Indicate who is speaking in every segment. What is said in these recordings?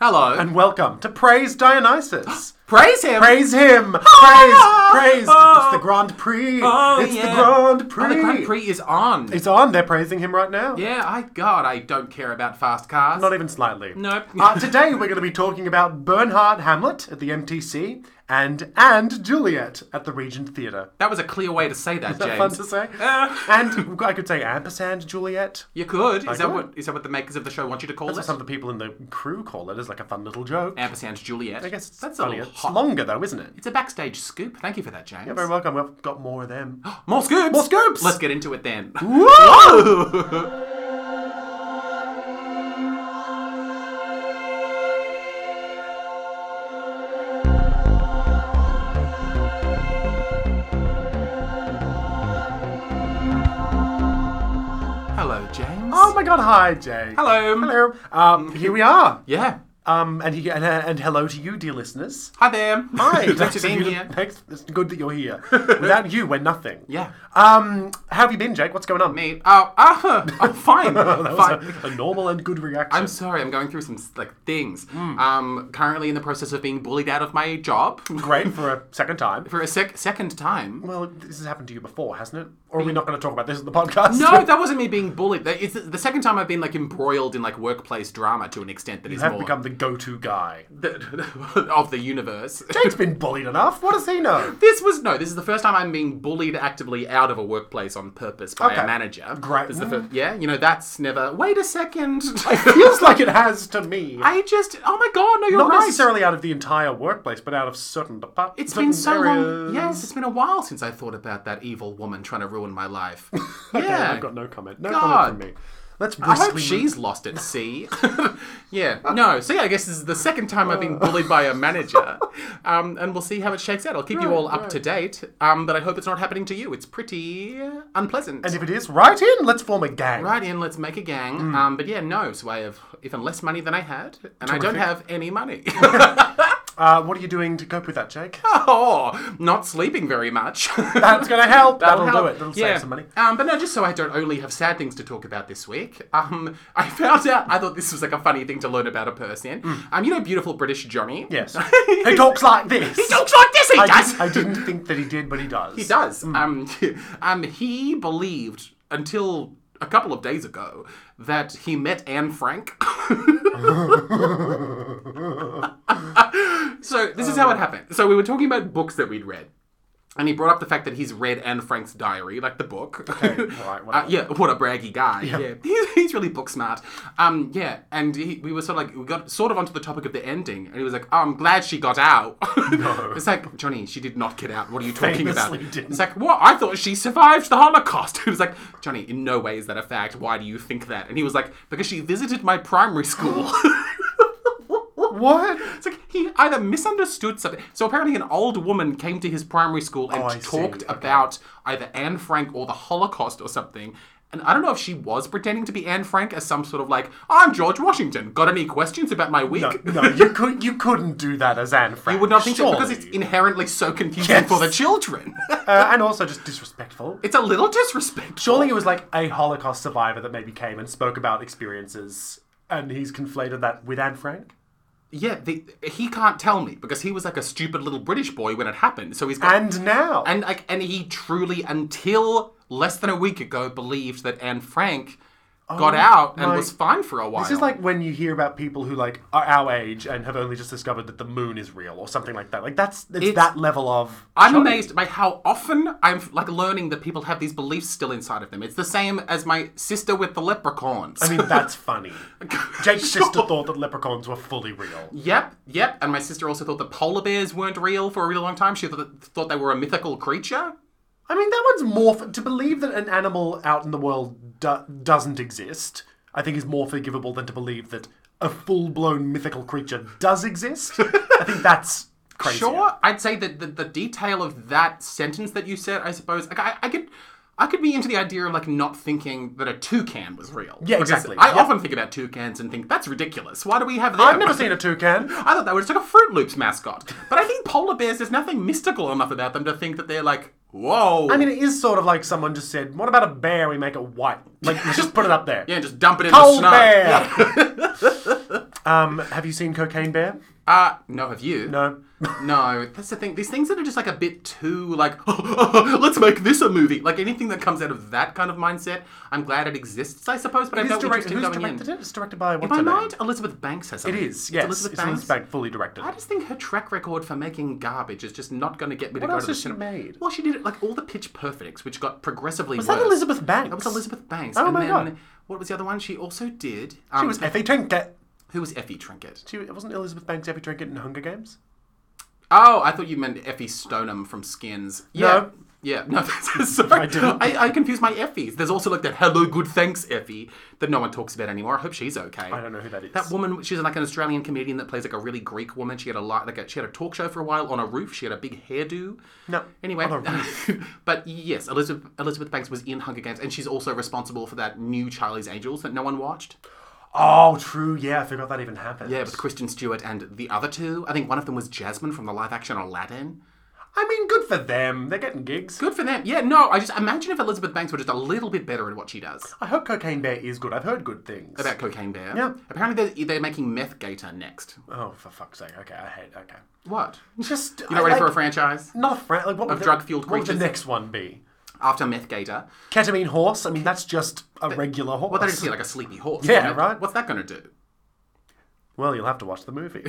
Speaker 1: Hello.
Speaker 2: and welcome to Praise Dionysus.
Speaker 1: praise him.
Speaker 2: praise him.
Speaker 1: Ah!
Speaker 2: praise, praise.
Speaker 1: Oh.
Speaker 2: it's the Grand Prix.
Speaker 1: Oh,
Speaker 2: it's
Speaker 1: yeah.
Speaker 2: the Grand Prix.
Speaker 1: Oh, the Grand Prix is on.
Speaker 2: It's on. They're praising him right now.
Speaker 1: yeah, I God, I don't care about fast cars.
Speaker 2: Not e- even slightly.
Speaker 1: Nope.
Speaker 2: uh, today we're going to be talking about Bernhard Hamlet at the MTC and and Juliet at the Regent Theatre.
Speaker 1: that was a clear way to say that,
Speaker 2: Is that
Speaker 1: James. Ah.
Speaker 2: fun to say?
Speaker 1: Yeah.
Speaker 2: and I could say ampersand Juliet.
Speaker 1: You could. Is that
Speaker 2: could.
Speaker 1: what is that what the makers of the show want you to call
Speaker 2: That's what
Speaker 1: it?
Speaker 2: some of the people in the crew call it. It's like a fun little joke.
Speaker 1: Ampersand Juliet.
Speaker 2: I guess it's
Speaker 1: that's
Speaker 2: funny.
Speaker 1: a little
Speaker 2: It's
Speaker 1: hot.
Speaker 2: longer though, isn't it?
Speaker 1: It's a backstage scoop. Thank you for that, James.
Speaker 2: You're very welcome. We've got more of them.
Speaker 1: More scoops.
Speaker 2: More scoops!
Speaker 1: Let's get into it then. Hello, James.
Speaker 2: Oh my god, hi Jay.
Speaker 1: Hello.
Speaker 2: Hello. Um, here we are.
Speaker 1: Yeah.
Speaker 2: Um, and, you, and, and hello to you, dear listeners.
Speaker 1: Hi there.
Speaker 2: Hi.
Speaker 1: Thanks for
Speaker 2: of
Speaker 1: being
Speaker 2: you to-
Speaker 1: here.
Speaker 2: thanks- It's good that you're here. Without you, we're nothing.
Speaker 1: Yeah.
Speaker 2: Um, how have you been, Jake? What's going on?
Speaker 1: Me. Oh, ah, I'm fine.
Speaker 2: That
Speaker 1: fine.
Speaker 2: was a, a normal and good reaction.
Speaker 1: I'm sorry, I'm going through some like things.
Speaker 2: Mm.
Speaker 1: Um, currently in the process of being bullied out of my job
Speaker 2: Great for a second time.
Speaker 1: for a sec- second time.
Speaker 2: Well, this has happened to you before, hasn't it? Or are we not going to talk about this in the podcast?
Speaker 1: Mm. No, that wasn't me being bullied. That- It's the second time I've been like embroiled in like workplace drama to an extent that is
Speaker 2: You have
Speaker 1: more
Speaker 2: become the go-to guy.
Speaker 1: the- of the universe.
Speaker 2: Jake's been bullied enough. What does he know?
Speaker 1: This was no. This is the first time I'm being bullied actively out of a workplace on purpose by
Speaker 2: Okay.
Speaker 1: a manager.
Speaker 2: Great.
Speaker 1: This is the fir- yeah, you know that's never. Wait a second.
Speaker 2: Feels like it has to me.
Speaker 1: I just. Oh my god. No, you're
Speaker 2: Not
Speaker 1: right.
Speaker 2: necessarily out of the entire workplace, but out of certain departments.
Speaker 1: It's been so long. Yes, it's been a while since I thought about that evil woman trying to ruin my life. yeah.
Speaker 2: I've got no comment. No
Speaker 1: God.
Speaker 2: comment from me. Let's
Speaker 1: I hope
Speaker 2: briskly.
Speaker 1: she's lost at sea. yeah. No. So yeah, I guess this is the second time I've
Speaker 2: Oh.
Speaker 1: been bullied by a manager, um, and we'll see how it shakes out. I'll keep you all up to date, um, but I hope it's not happening to you. It's pretty unpleasant.
Speaker 2: and if Hmm. it is, right in. Let's form a gang.
Speaker 1: right in, let's make a gang. Um, but yeah, no. So I have even less money than I had, and I don't have any money.
Speaker 2: Uh, what are you doing to cope with that, Jake?
Speaker 1: oh, not sleeping very much.
Speaker 2: That's going to help. That'll,
Speaker 1: That'll
Speaker 2: do
Speaker 1: help.
Speaker 2: it. That'll
Speaker 1: Um, Yeah.
Speaker 2: save some money.
Speaker 1: Um, but no, just so I don't only have sad things to talk about this week. Um, I found out. I thought this was like a funny thing to learn about a person. Um, you know, beautiful British Johnny.
Speaker 2: Mm. Yes. he talks like this.
Speaker 1: He talks like this. He
Speaker 2: I,
Speaker 1: does.
Speaker 2: did, I didn't think that he did, but he does.
Speaker 1: He does. Um, um, he believed until a couple of days ago that he met Anne Frank. so this is how it happened. So we were talking about books that we'd read. And he brought up the fact that he's read Anne Frank's diary, like the book.
Speaker 2: right,
Speaker 1: uh,
Speaker 2: whatever.
Speaker 1: yeah, what a braggy guy. Yeah, he's, he's really book smart. Um, yeah, and he, we were sort of like we got sort of onto the topic of the ending, and he was like, "Oh, I'm glad she got out." it's like Johnny, she did not get out. What are you talking about?
Speaker 2: Famously didn't.
Speaker 1: It's like, "What? I thought she survived the Holocaust." it was like, Johnny, in no way is that a fact. Why do you think that? And he was like, "Because she visited my primary school."
Speaker 2: What?
Speaker 1: It's like he either misunderstood something. So apparently, an old woman came to his primary school and
Speaker 2: Oh, I see.
Speaker 1: talked
Speaker 2: Okay.
Speaker 1: about either Anne Frank or the Holocaust or something. And I don't know if she was pretending to be Anne Frank as some sort of like, I'm George Washington. Got any questions about my week?
Speaker 2: No, no, you could you couldn't do that as Anne Frank.
Speaker 1: You would not think
Speaker 2: surely.
Speaker 1: so because it's inherently so confusing
Speaker 2: Yes.
Speaker 1: for the children.
Speaker 2: uh, and also just disrespectful.
Speaker 1: it's a little disrespectful.
Speaker 2: Surely it was like a Holocaust survivor that maybe came and spoke about experiences, and he's conflated that with Anne Frank.
Speaker 1: Yeah, the, he can't tell me because he was like a stupid little British boy when it happened. So he's got
Speaker 2: And now,
Speaker 1: And like, and he truly, until less than a week ago, believed that Anne Frank got out and
Speaker 2: Oh my-
Speaker 1: was fine for a while.
Speaker 2: This is like when you hear about people who like are our age and have only just discovered that the moon is real or something like that. Like that's it's, that level of
Speaker 1: I'm amazed by how often I'm like learning that people have these beliefs still inside of them. It's the same as my sister with the leprechauns.
Speaker 2: I mean that's funny. Jake's sister thought that leprechauns were fully real.
Speaker 1: Yep, yep. And my sister also thought the polar bears weren't real for a really long time. She thought, thought they were a mythical creature.
Speaker 2: I mean that one's more f- to believe that an animal out in the world do- doesn't exist. I think is more forgivable than to believe that a full-blown mythical creature does exist. I think that's crazy.
Speaker 1: Sure, I'd say that the, the detail of that sentence that you said, I suppose, like I, I could, I could be into the idea of like not thinking that a toucan was real.
Speaker 2: Yeah,
Speaker 1: Because
Speaker 2: exactly.
Speaker 1: I
Speaker 2: Yeah.
Speaker 1: often think about toucans and think that's ridiculous. Why do we have them?
Speaker 2: I've never seen a toucan.
Speaker 1: I thought that was like a Fruit Loops mascot, but I think polar bears. There's nothing mystical enough about them to think that they're like, whoa.
Speaker 2: I mean, it is sort of like someone just said, "What about a bear? We make it white. Like, let's just put it up there."
Speaker 1: yeah, just dump it in
Speaker 2: Cold
Speaker 1: the snow.
Speaker 2: bear. Um, have you seen Cocaine Bear?
Speaker 1: Uh, no, have you?
Speaker 2: No.
Speaker 1: No, that's the thing. These things that are just like a bit too, like, let's make this a movie. Like anything that comes out of that kind of mindset, I'm glad it exists, I suppose, but I
Speaker 2: It is
Speaker 1: felt
Speaker 2: direct,
Speaker 1: interested
Speaker 2: who's
Speaker 1: going in.
Speaker 2: directed it? It's directed by what's
Speaker 1: By
Speaker 2: her name?
Speaker 1: night, Elizabeth Banks
Speaker 2: It
Speaker 1: has something.
Speaker 2: is, yes.
Speaker 1: It's Elizabeth
Speaker 2: it's
Speaker 1: Banks.
Speaker 2: Elizabeth Banks, fully directed.
Speaker 1: I just think her track record for making garbage is just not going to get me to
Speaker 2: What
Speaker 1: go
Speaker 2: else
Speaker 1: to the
Speaker 2: has she
Speaker 1: cinema.
Speaker 2: made?
Speaker 1: Well, she did it like all the Pitch Perfects, which got progressively
Speaker 2: Was
Speaker 1: worse.
Speaker 2: that Elizabeth Banks?
Speaker 1: That was Elizabeth Banks.
Speaker 2: Oh
Speaker 1: and
Speaker 2: my
Speaker 1: then,
Speaker 2: God.
Speaker 1: What was the other one? She also did. Um,
Speaker 2: She was Effie Trinket.
Speaker 1: who was Effie Trinket?
Speaker 2: She wasn't Elizabeth Banks Effie Trinket in Hunger Games.
Speaker 1: Oh, I thought you meant Effie Stoneham from Skins. Yeah.
Speaker 2: No.
Speaker 1: Yeah, no, sorry. I,
Speaker 2: didn't.
Speaker 1: I, confuse my Effies. There's also like that hello, good thanks Effie that no one talks about anymore. I hope she's okay.
Speaker 2: I don't know who that is.
Speaker 1: That woman, she's like an Australian comedian that plays like a really Greek woman. She had a lot, like a, she had a talk show for a while on a roof. She had a big hairdo.
Speaker 2: No,
Speaker 1: Anyway,
Speaker 2: on a
Speaker 1: but yes, Elizabeth Elizabeth Banks was in Hunger Games, and she's also responsible for that new Charlie's Angels that no one watched.
Speaker 2: oh, true. Yeah, I forgot that even happened.
Speaker 1: Yeah, with Christian Stewart and the other two. I think one of them was Jasmine from the live action Aladdin.
Speaker 2: I mean, good for them. They're getting gigs.
Speaker 1: Good for them. Yeah, no, I just imagine if Elizabeth Banks were just a little bit better at what she does
Speaker 2: I hope Cocaine Bear is good. I've heard good things.
Speaker 1: about Cocaine Bear.
Speaker 2: Yeah.
Speaker 1: Apparently they're, they're making Meth Gator next.
Speaker 2: oh, for fuck's sake. Okay, I hate. Okay.
Speaker 1: What?
Speaker 2: Just
Speaker 1: You not ready for a franchise?
Speaker 2: Not a friend. Like what would the-
Speaker 1: drug-fueled
Speaker 2: What would
Speaker 1: creatures?
Speaker 2: the next one be?
Speaker 1: After Meth Gator.
Speaker 2: Ketamine horse. I mean, that's just a regular horse.
Speaker 1: Well, that is yeah, like a sleepy horse.
Speaker 2: Yeah,
Speaker 1: isn't it?
Speaker 2: right.
Speaker 1: What's that going to do?
Speaker 2: Well, you'll have to watch the movie.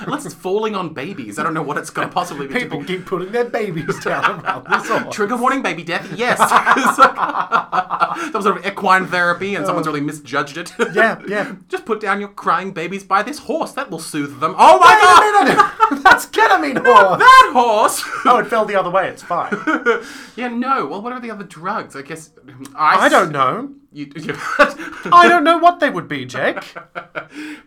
Speaker 1: Unless it's falling on babies, I don't know what it's going to possibly be.
Speaker 2: People keep putting their babies down around this horse.
Speaker 1: Trigger warning, baby death. Yes. It's like- Some sort of equine therapy, and someone's really misjudged it.
Speaker 2: Oh. Yeah, yeah.
Speaker 1: Just put down your crying babies by this horse. That will soothe them. Oh my god!
Speaker 2: Wait a minute! That's ketamine horse!
Speaker 1: That horse.
Speaker 2: Oh, it fell the other way. It's fine.
Speaker 1: yeah. No. Well, what are the other drugs? I guess. I,
Speaker 2: I don't know.
Speaker 1: You, you,
Speaker 2: I don't know what they would be, Jake.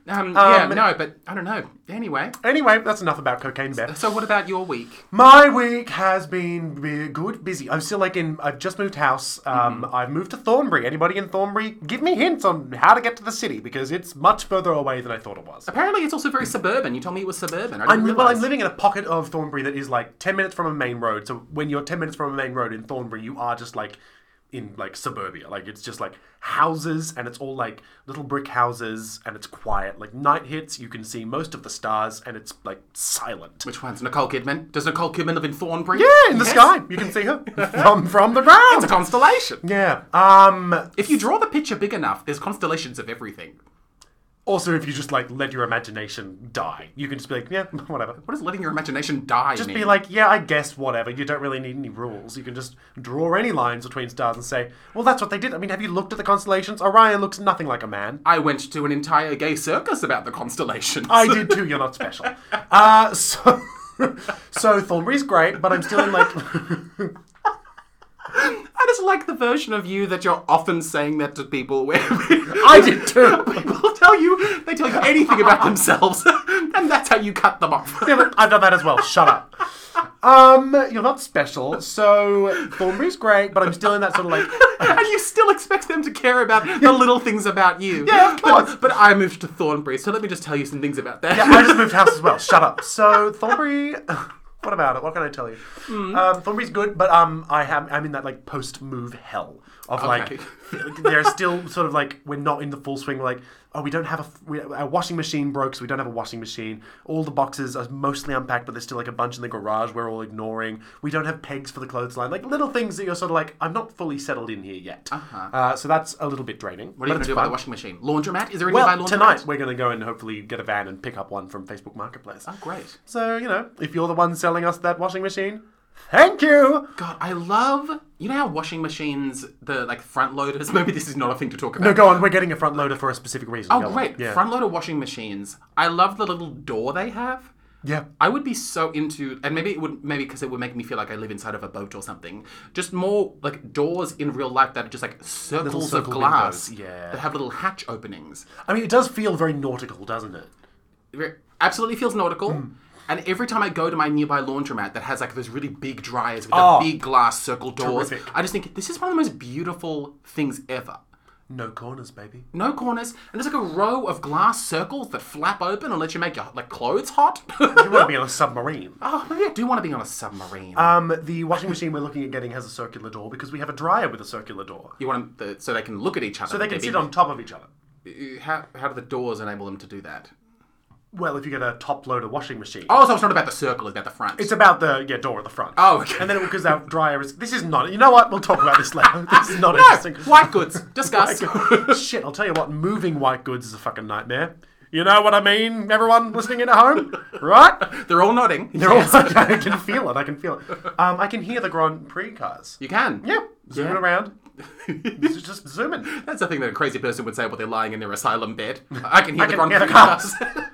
Speaker 1: um, yeah. No. But I don't know. Anyway.
Speaker 2: Anyway, that's enough about cocaine bear.
Speaker 1: So what about your week?
Speaker 2: My week has been be- good, busy. I'm still like in. I've just moved house. Um, I've moved to Thornbury. Anybody in Thornbury, give me hints on how to get to the city because it's much further away than I thought it was.
Speaker 1: Apparently, it's also very suburban. You told me it was suburban. I didn't
Speaker 2: I'm, well,
Speaker 1: realize.
Speaker 2: I'm living in a pocket of Thornbury that is like ten minutes from a main road. So when you're ten minutes from a main road in Thornbury, you are just like in like suburbia. Like it's just like houses, and it's all like little brick houses, and it's quiet. Like night hits, you can see most of the stars, and it's like silent.
Speaker 1: Which one's Nicole Kidman? Does Nicole Kidman live in Thornbury?
Speaker 2: Yeah, in the
Speaker 1: Yes.
Speaker 2: sky, you can see her from from the
Speaker 1: It's
Speaker 2: ground.
Speaker 1: a constellation.
Speaker 2: Yeah. Um.
Speaker 1: If you draw the picture big enough, there's constellations of everything.
Speaker 2: Also, if you just like let your imagination die, you can just be like, yeah, whatever.
Speaker 1: What does letting your imagination die
Speaker 2: Just
Speaker 1: mean?
Speaker 2: be like, yeah, I guess whatever. You don't really need any rules. You can just draw any lines between stars and say, well, that's what they did. I mean, have you looked at the constellations? Orion looks nothing like a man.
Speaker 1: I went to an entire gay circus about the constellations.
Speaker 2: I did too. You're not special. Uh, so, so Thornbury's great, but I'm still in like,
Speaker 1: I just like the version of you that you're often saying that to people where
Speaker 2: I did too.
Speaker 1: people tell you they tell you anything about themselves, and that's how you cut them off.
Speaker 2: Yeah, look, I've done that as well. Shut up. Um, you're not special. So Thornbury's great, but I'm still in that sort of like.
Speaker 1: and you still expect them to care about the little things about you.
Speaker 2: Yeah, of
Speaker 1: But-
Speaker 2: course.
Speaker 1: But, I moved to Thornbury, so let me just tell you some things about that.
Speaker 2: I just moved house as well. Shut up. So Thornbury. What about it? What can I tell you?
Speaker 1: Mm.
Speaker 2: Um, Thornbury's good, but um, I am I'm in that like post-move hell of
Speaker 1: Okay.
Speaker 2: like they're still sort of like we're not in the full swing. We're like oh, we don't have a we, our washing machine broke, so we don't have a washing machine. All the boxes are mostly unpacked, but there's still like a bunch in the garage we're all ignoring. We don't have pegs for the clothesline, like little things that you're sort of like I'm not fully settled in here yet. Uh-huh. so that's a little bit draining.
Speaker 1: What are you going to do about the washing machine? Laundromat? Is there any by
Speaker 2: Well,
Speaker 1: laundromat?
Speaker 2: tonight we're going to go and hopefully get a van and pick up one from Facebook Marketplace.
Speaker 1: Oh, great.
Speaker 2: So, you know, if you're the one selling us that washing machine, thank you!
Speaker 1: God, I love. You know how washing machines, the like front loaders. Maybe this is not a thing to talk about.
Speaker 2: No, go on, we're getting a front loader for a specific reason.
Speaker 1: Oh, great. Front loader washing machines. I love the little door they have.
Speaker 2: Yeah.
Speaker 1: I would be so into, and maybe it would, maybe because it would make me feel like I live inside of a boat or something. Just more like doors in real life that are just like circles
Speaker 2: circle
Speaker 1: of glass
Speaker 2: windows, yeah.
Speaker 1: that have little hatch openings.
Speaker 2: I mean, it does feel very nautical, doesn't it?
Speaker 1: It absolutely feels nautical.
Speaker 2: Hmm.
Speaker 1: And every time I go to my nearby laundromat that has like those really big dryers with
Speaker 2: Oh.
Speaker 1: the big glass circle doors,
Speaker 2: Terrific.
Speaker 1: I just think this is one of the most beautiful things ever.
Speaker 2: No corners, baby.
Speaker 1: No corners, and there's like a row of glass circles that flap open and let you make your like clothes hot.
Speaker 2: You want to be on a submarine.
Speaker 1: oh, maybe I do want to be on a submarine.
Speaker 2: Um, the washing machine we're looking at getting has a circular door because we have a dryer with a circular door.
Speaker 1: you want them the, so they can look at each other.
Speaker 2: So they can sit on top of each other.
Speaker 1: uh, how, how do the doors enable them to do that?
Speaker 2: Well, if you get a top loader washing machine,
Speaker 1: Oh, so it's not about the circle, it's about the front.
Speaker 2: it's about the yeah door at the front.
Speaker 1: Oh, okay.
Speaker 2: And then because that dryer is. This is not. You know what? We'll talk about this later. This is not interesting.
Speaker 1: White goods. Discuss.
Speaker 2: Shit, I'll tell you what, moving white goods is a fucking nightmare. You know what I mean, everyone listening in at home? Right?
Speaker 1: They're all nodding.
Speaker 2: They're all like, I can feel it, I can feel it. Um, I can hear the Grand Prix cars.
Speaker 1: you can.
Speaker 2: Yeah, zooming around. It's just zooming.
Speaker 1: That's the thing that a crazy person would say while they're lying in their asylum bed. I can hear the
Speaker 2: can
Speaker 1: Grand
Speaker 2: hear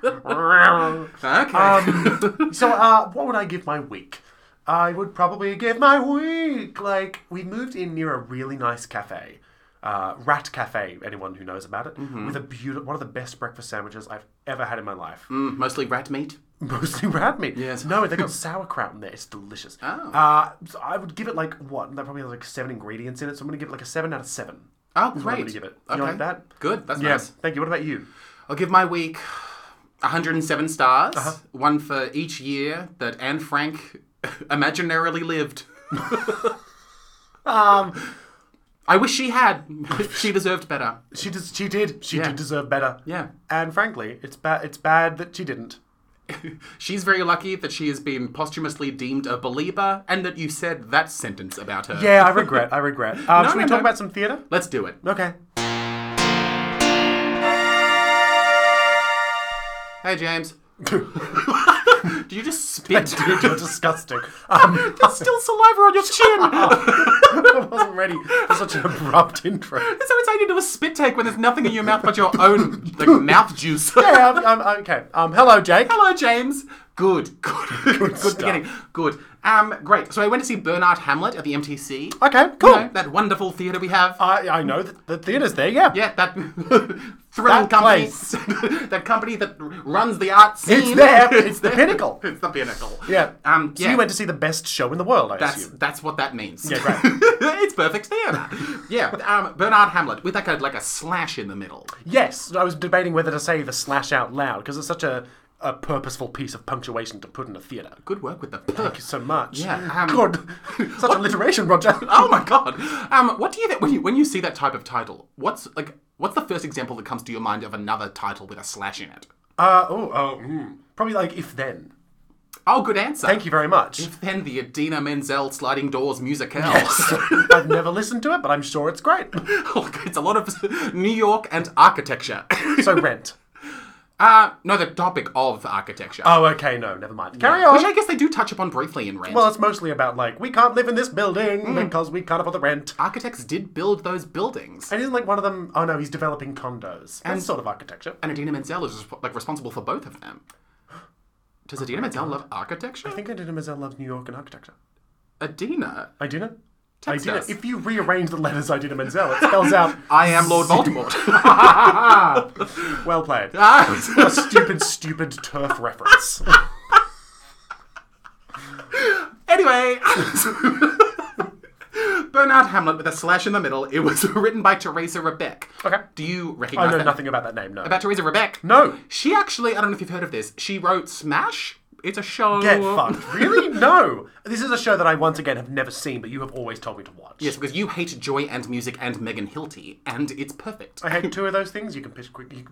Speaker 2: the
Speaker 1: Prix cars. okay.
Speaker 2: Um, so, uh, what would I give my week? I would probably give my week like we moved in near a really nice cafe, uh, Rat Cafe. Anyone who knows about it,
Speaker 1: Mm-hmm.
Speaker 2: with a beautiful one of the best breakfast sandwiches I've ever had in my life.
Speaker 1: Mm, mostly rat meat.
Speaker 2: Mostly rat meat.
Speaker 1: Yes.
Speaker 2: No, they got sauerkraut in there. It's delicious.
Speaker 1: Oh.
Speaker 2: Uh, so I would give it like what? That probably has like seven ingredients in it. So I'm gonna give it like a seven out of seven.
Speaker 1: Oh,
Speaker 2: what I'm
Speaker 1: great.
Speaker 2: gonna give it. You
Speaker 1: Okay.
Speaker 2: like that?
Speaker 1: Good. That's
Speaker 2: Yes.
Speaker 1: nice.
Speaker 2: Thank you. What about you?
Speaker 1: I'll give my week 107 stars,
Speaker 2: Uh-huh.
Speaker 1: one for each year that Anne Frank imaginarily lived.
Speaker 2: Um,
Speaker 1: I wish she had. she deserved better.
Speaker 2: she des- she did. She did deserve better.
Speaker 1: Yeah.
Speaker 2: And frankly, it's bad. It's bad that she didn't.
Speaker 1: She's very lucky that she has been posthumously deemed a believer and that you said that sentence about her.
Speaker 2: Yeah, I regret. I regret. Um, should we
Speaker 1: no,
Speaker 2: talk
Speaker 1: no.
Speaker 2: about some theatre?
Speaker 1: Let's do it.
Speaker 2: Okay.
Speaker 1: Hey, James. Do you just spit?
Speaker 2: Dude, you're disgusting. Um,
Speaker 1: There's still saliva on your chin.
Speaker 2: I wasn't ready for such an abrupt intro.
Speaker 1: That's how it's how you do a spit take when there's nothing in your mouth but your own like mouth juice.
Speaker 2: Yeah, I'm, I'm, okay. Um, hello, Jake.
Speaker 1: Hello, James. Good, good, good,
Speaker 2: stuff.
Speaker 1: beginning. Good. Um, great. So I went to see Bernard Hamlet at the MTC.
Speaker 2: Okay, Oh, cool. Oh.
Speaker 1: You know, that wonderful theatre we have.
Speaker 2: I, I know that the theatre's there. Yeah.
Speaker 1: yeah, that thrill
Speaker 2: That
Speaker 1: company,
Speaker 2: place.
Speaker 1: that company that r- runs the art scene.
Speaker 2: It's there. It's the pinnacle.
Speaker 1: It's the pinnacle.
Speaker 2: Yeah.
Speaker 1: Um.
Speaker 2: So
Speaker 1: yeah.
Speaker 2: you went to see the best show in the world, I
Speaker 1: That's
Speaker 2: assume.
Speaker 1: that's what that means.
Speaker 2: Yeah, great.
Speaker 1: it's perfect theatre. yeah, um, Bernard Hamlet with like a like a slash in the middle.
Speaker 2: Yes. I was debating whether to say the slash out loud because it's such a, a purposeful piece of punctuation to put in a theatre.
Speaker 1: Good work with the
Speaker 2: Thank
Speaker 1: perk.
Speaker 2: you so much.
Speaker 1: Yeah, um,
Speaker 2: Good. Such alliteration, Roger.
Speaker 1: Oh my god. Um, what do you think when you when you see that type of title? What's like what's the first example that comes to your mind of another title with a slash in it?
Speaker 2: Uh, oh, oh, mm. probably like if then.
Speaker 1: Oh, good answer.
Speaker 2: Thank you very much.
Speaker 1: Then the Adina Menzel Sliding Doors musicale.
Speaker 2: I've never listened to it, but I'm sure it's great.
Speaker 1: Look, it's a lot of New York and architecture.
Speaker 2: So rent.
Speaker 1: uh, no, the topic of architecture.
Speaker 2: Oh, okay, no, never mind. Carry
Speaker 1: Which
Speaker 2: on.
Speaker 1: I guess they do touch upon briefly in Rent.
Speaker 2: Well, it's mostly about like we can't live in this building because we can't afford the rent.
Speaker 1: Architects did build those buildings.
Speaker 2: And isn't like one of them? Oh no, he's developing condos. That's sort of architecture.
Speaker 1: and Adina Menzel is like responsible for both of them. Does Adina Menzel love architecture?
Speaker 2: I think Idina Menzel loves New York and architecture.
Speaker 1: Adina.
Speaker 2: Idina.
Speaker 1: Text
Speaker 2: Idina.
Speaker 1: us.
Speaker 2: If you rearrange the letters Idina Menzel, it spells out.
Speaker 1: I am Lord Voldemort.
Speaker 2: Well played.
Speaker 1: Ah.
Speaker 2: A stupid, stupid turf reference.
Speaker 1: anyway. Bernard Hamlet with a slash in the middle. It was written by Teresa Rebeck.
Speaker 2: Okay.
Speaker 1: Do you recognize
Speaker 2: I know
Speaker 1: that?
Speaker 2: nothing about that name. No.
Speaker 1: About Teresa Rebeck?
Speaker 2: No.
Speaker 1: She actually, I don't know if you've heard of this, she wrote Smash. It's a show.
Speaker 2: Get fucked. Really? No. This is a show that I once again have never seen, but you have always told me to watch.
Speaker 1: Yes, because you hate Joy and Music and Megan Hilty, and it's perfect.
Speaker 2: I hate two of those things. You can piss quick. You can,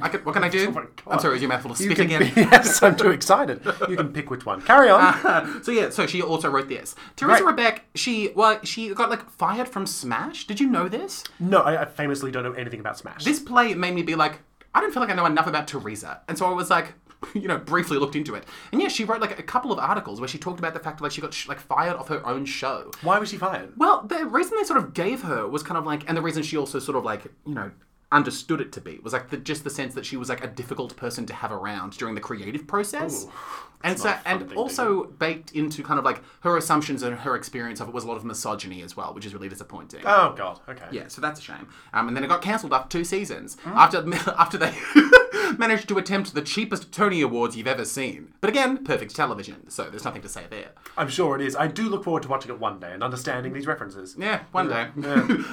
Speaker 1: I could, what can I do?
Speaker 2: my God.
Speaker 1: I'm sorry, is your mouth full of spit again?
Speaker 2: yes, I'm too excited. Ah. You can pick which one. Carry on.
Speaker 1: so yeah, so she also wrote this. Teresa
Speaker 2: Right.
Speaker 1: Rebeck, she well, she got like fired from Smash. Did you know this?
Speaker 2: no, I, I famously don't know anything about Smash.
Speaker 1: This play made me be like, I don't feel like I know enough about Teresa, and so I was like, you know, briefly looked into it. And yeah, she wrote like a couple of articles where she talked about the fact that like she got sh- like fired off her own show.
Speaker 2: Why was she fired?
Speaker 1: Well, the reason they sort of gave her was kind of like, and the reason she also sort of like, you know, understood it to be was like the, just the sense that she was like a difficult person to have around during the creative process. and so,
Speaker 2: fun thing
Speaker 1: and
Speaker 2: to
Speaker 1: also baked into kind of like her assumptions and her experience of it was a lot of misogyny as well, which is really disappointing.
Speaker 2: Oh God. Okay.
Speaker 1: yeah, so that's a shame. Um, and then it got cancelled after two seasons after after they managed to attempt the cheapest Tony Awards you've ever seen. But again, perfect television, so there's nothing to say there.
Speaker 2: I'm sure it is. I do look forward to watching it one day and understanding these references.
Speaker 1: Yeah, one day.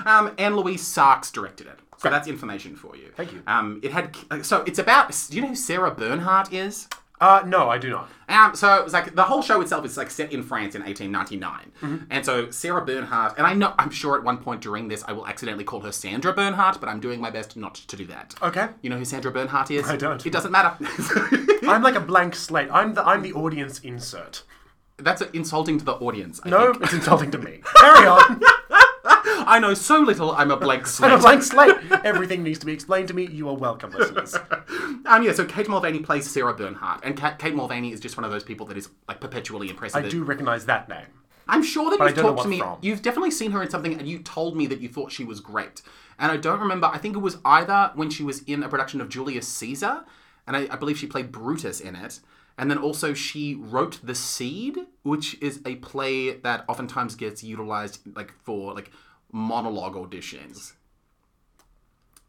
Speaker 1: um, Anne Louise Sarks directed it. So that's information for you. Thank
Speaker 2: you.
Speaker 1: Um, it had so it's about. Do you know who Sarah Bernhardt is?
Speaker 2: Uh, no, I do not.
Speaker 1: Um, so it was like the whole show itself is like set in France in 1899, and so Sarah Bernhardt, and I know I'm sure at one point during this I will accidentally call her Sandra Bernhardt, but I'm doing my best not to do that.
Speaker 2: Okay.
Speaker 1: You know who Sandra Bernhardt is?
Speaker 2: I don't.
Speaker 1: It doesn't matter.
Speaker 2: I'm like a blank slate. I'm the I'm the audience insert.
Speaker 1: That's insulting to the audience. I
Speaker 2: No,
Speaker 1: think.
Speaker 2: it's insulting to me. Carry on.
Speaker 1: I know so little. I'm a blank slate.
Speaker 2: I'm a blank slate. Everything needs to be explained to me. You are welcome, listeners.
Speaker 1: Um, yeah, so Kate Mulvaney plays Sarah Bernhardt, and Ka- Kate Mulvaney is just one of those people that is like perpetually impressive.
Speaker 2: I do recognize that name.
Speaker 1: I'm sure that
Speaker 2: I
Speaker 1: you've
Speaker 2: don't know
Speaker 1: talked to
Speaker 2: what
Speaker 1: me.
Speaker 2: from.
Speaker 1: You've definitely seen her in something, and you told me that you thought she was great. And I don't remember. I think it was either when she was in a production of Julius Caesar, and I, I believe she played Brutus in it. And then also she wrote The Seed, which is a play that oftentimes gets utilized like for like monologue auditions.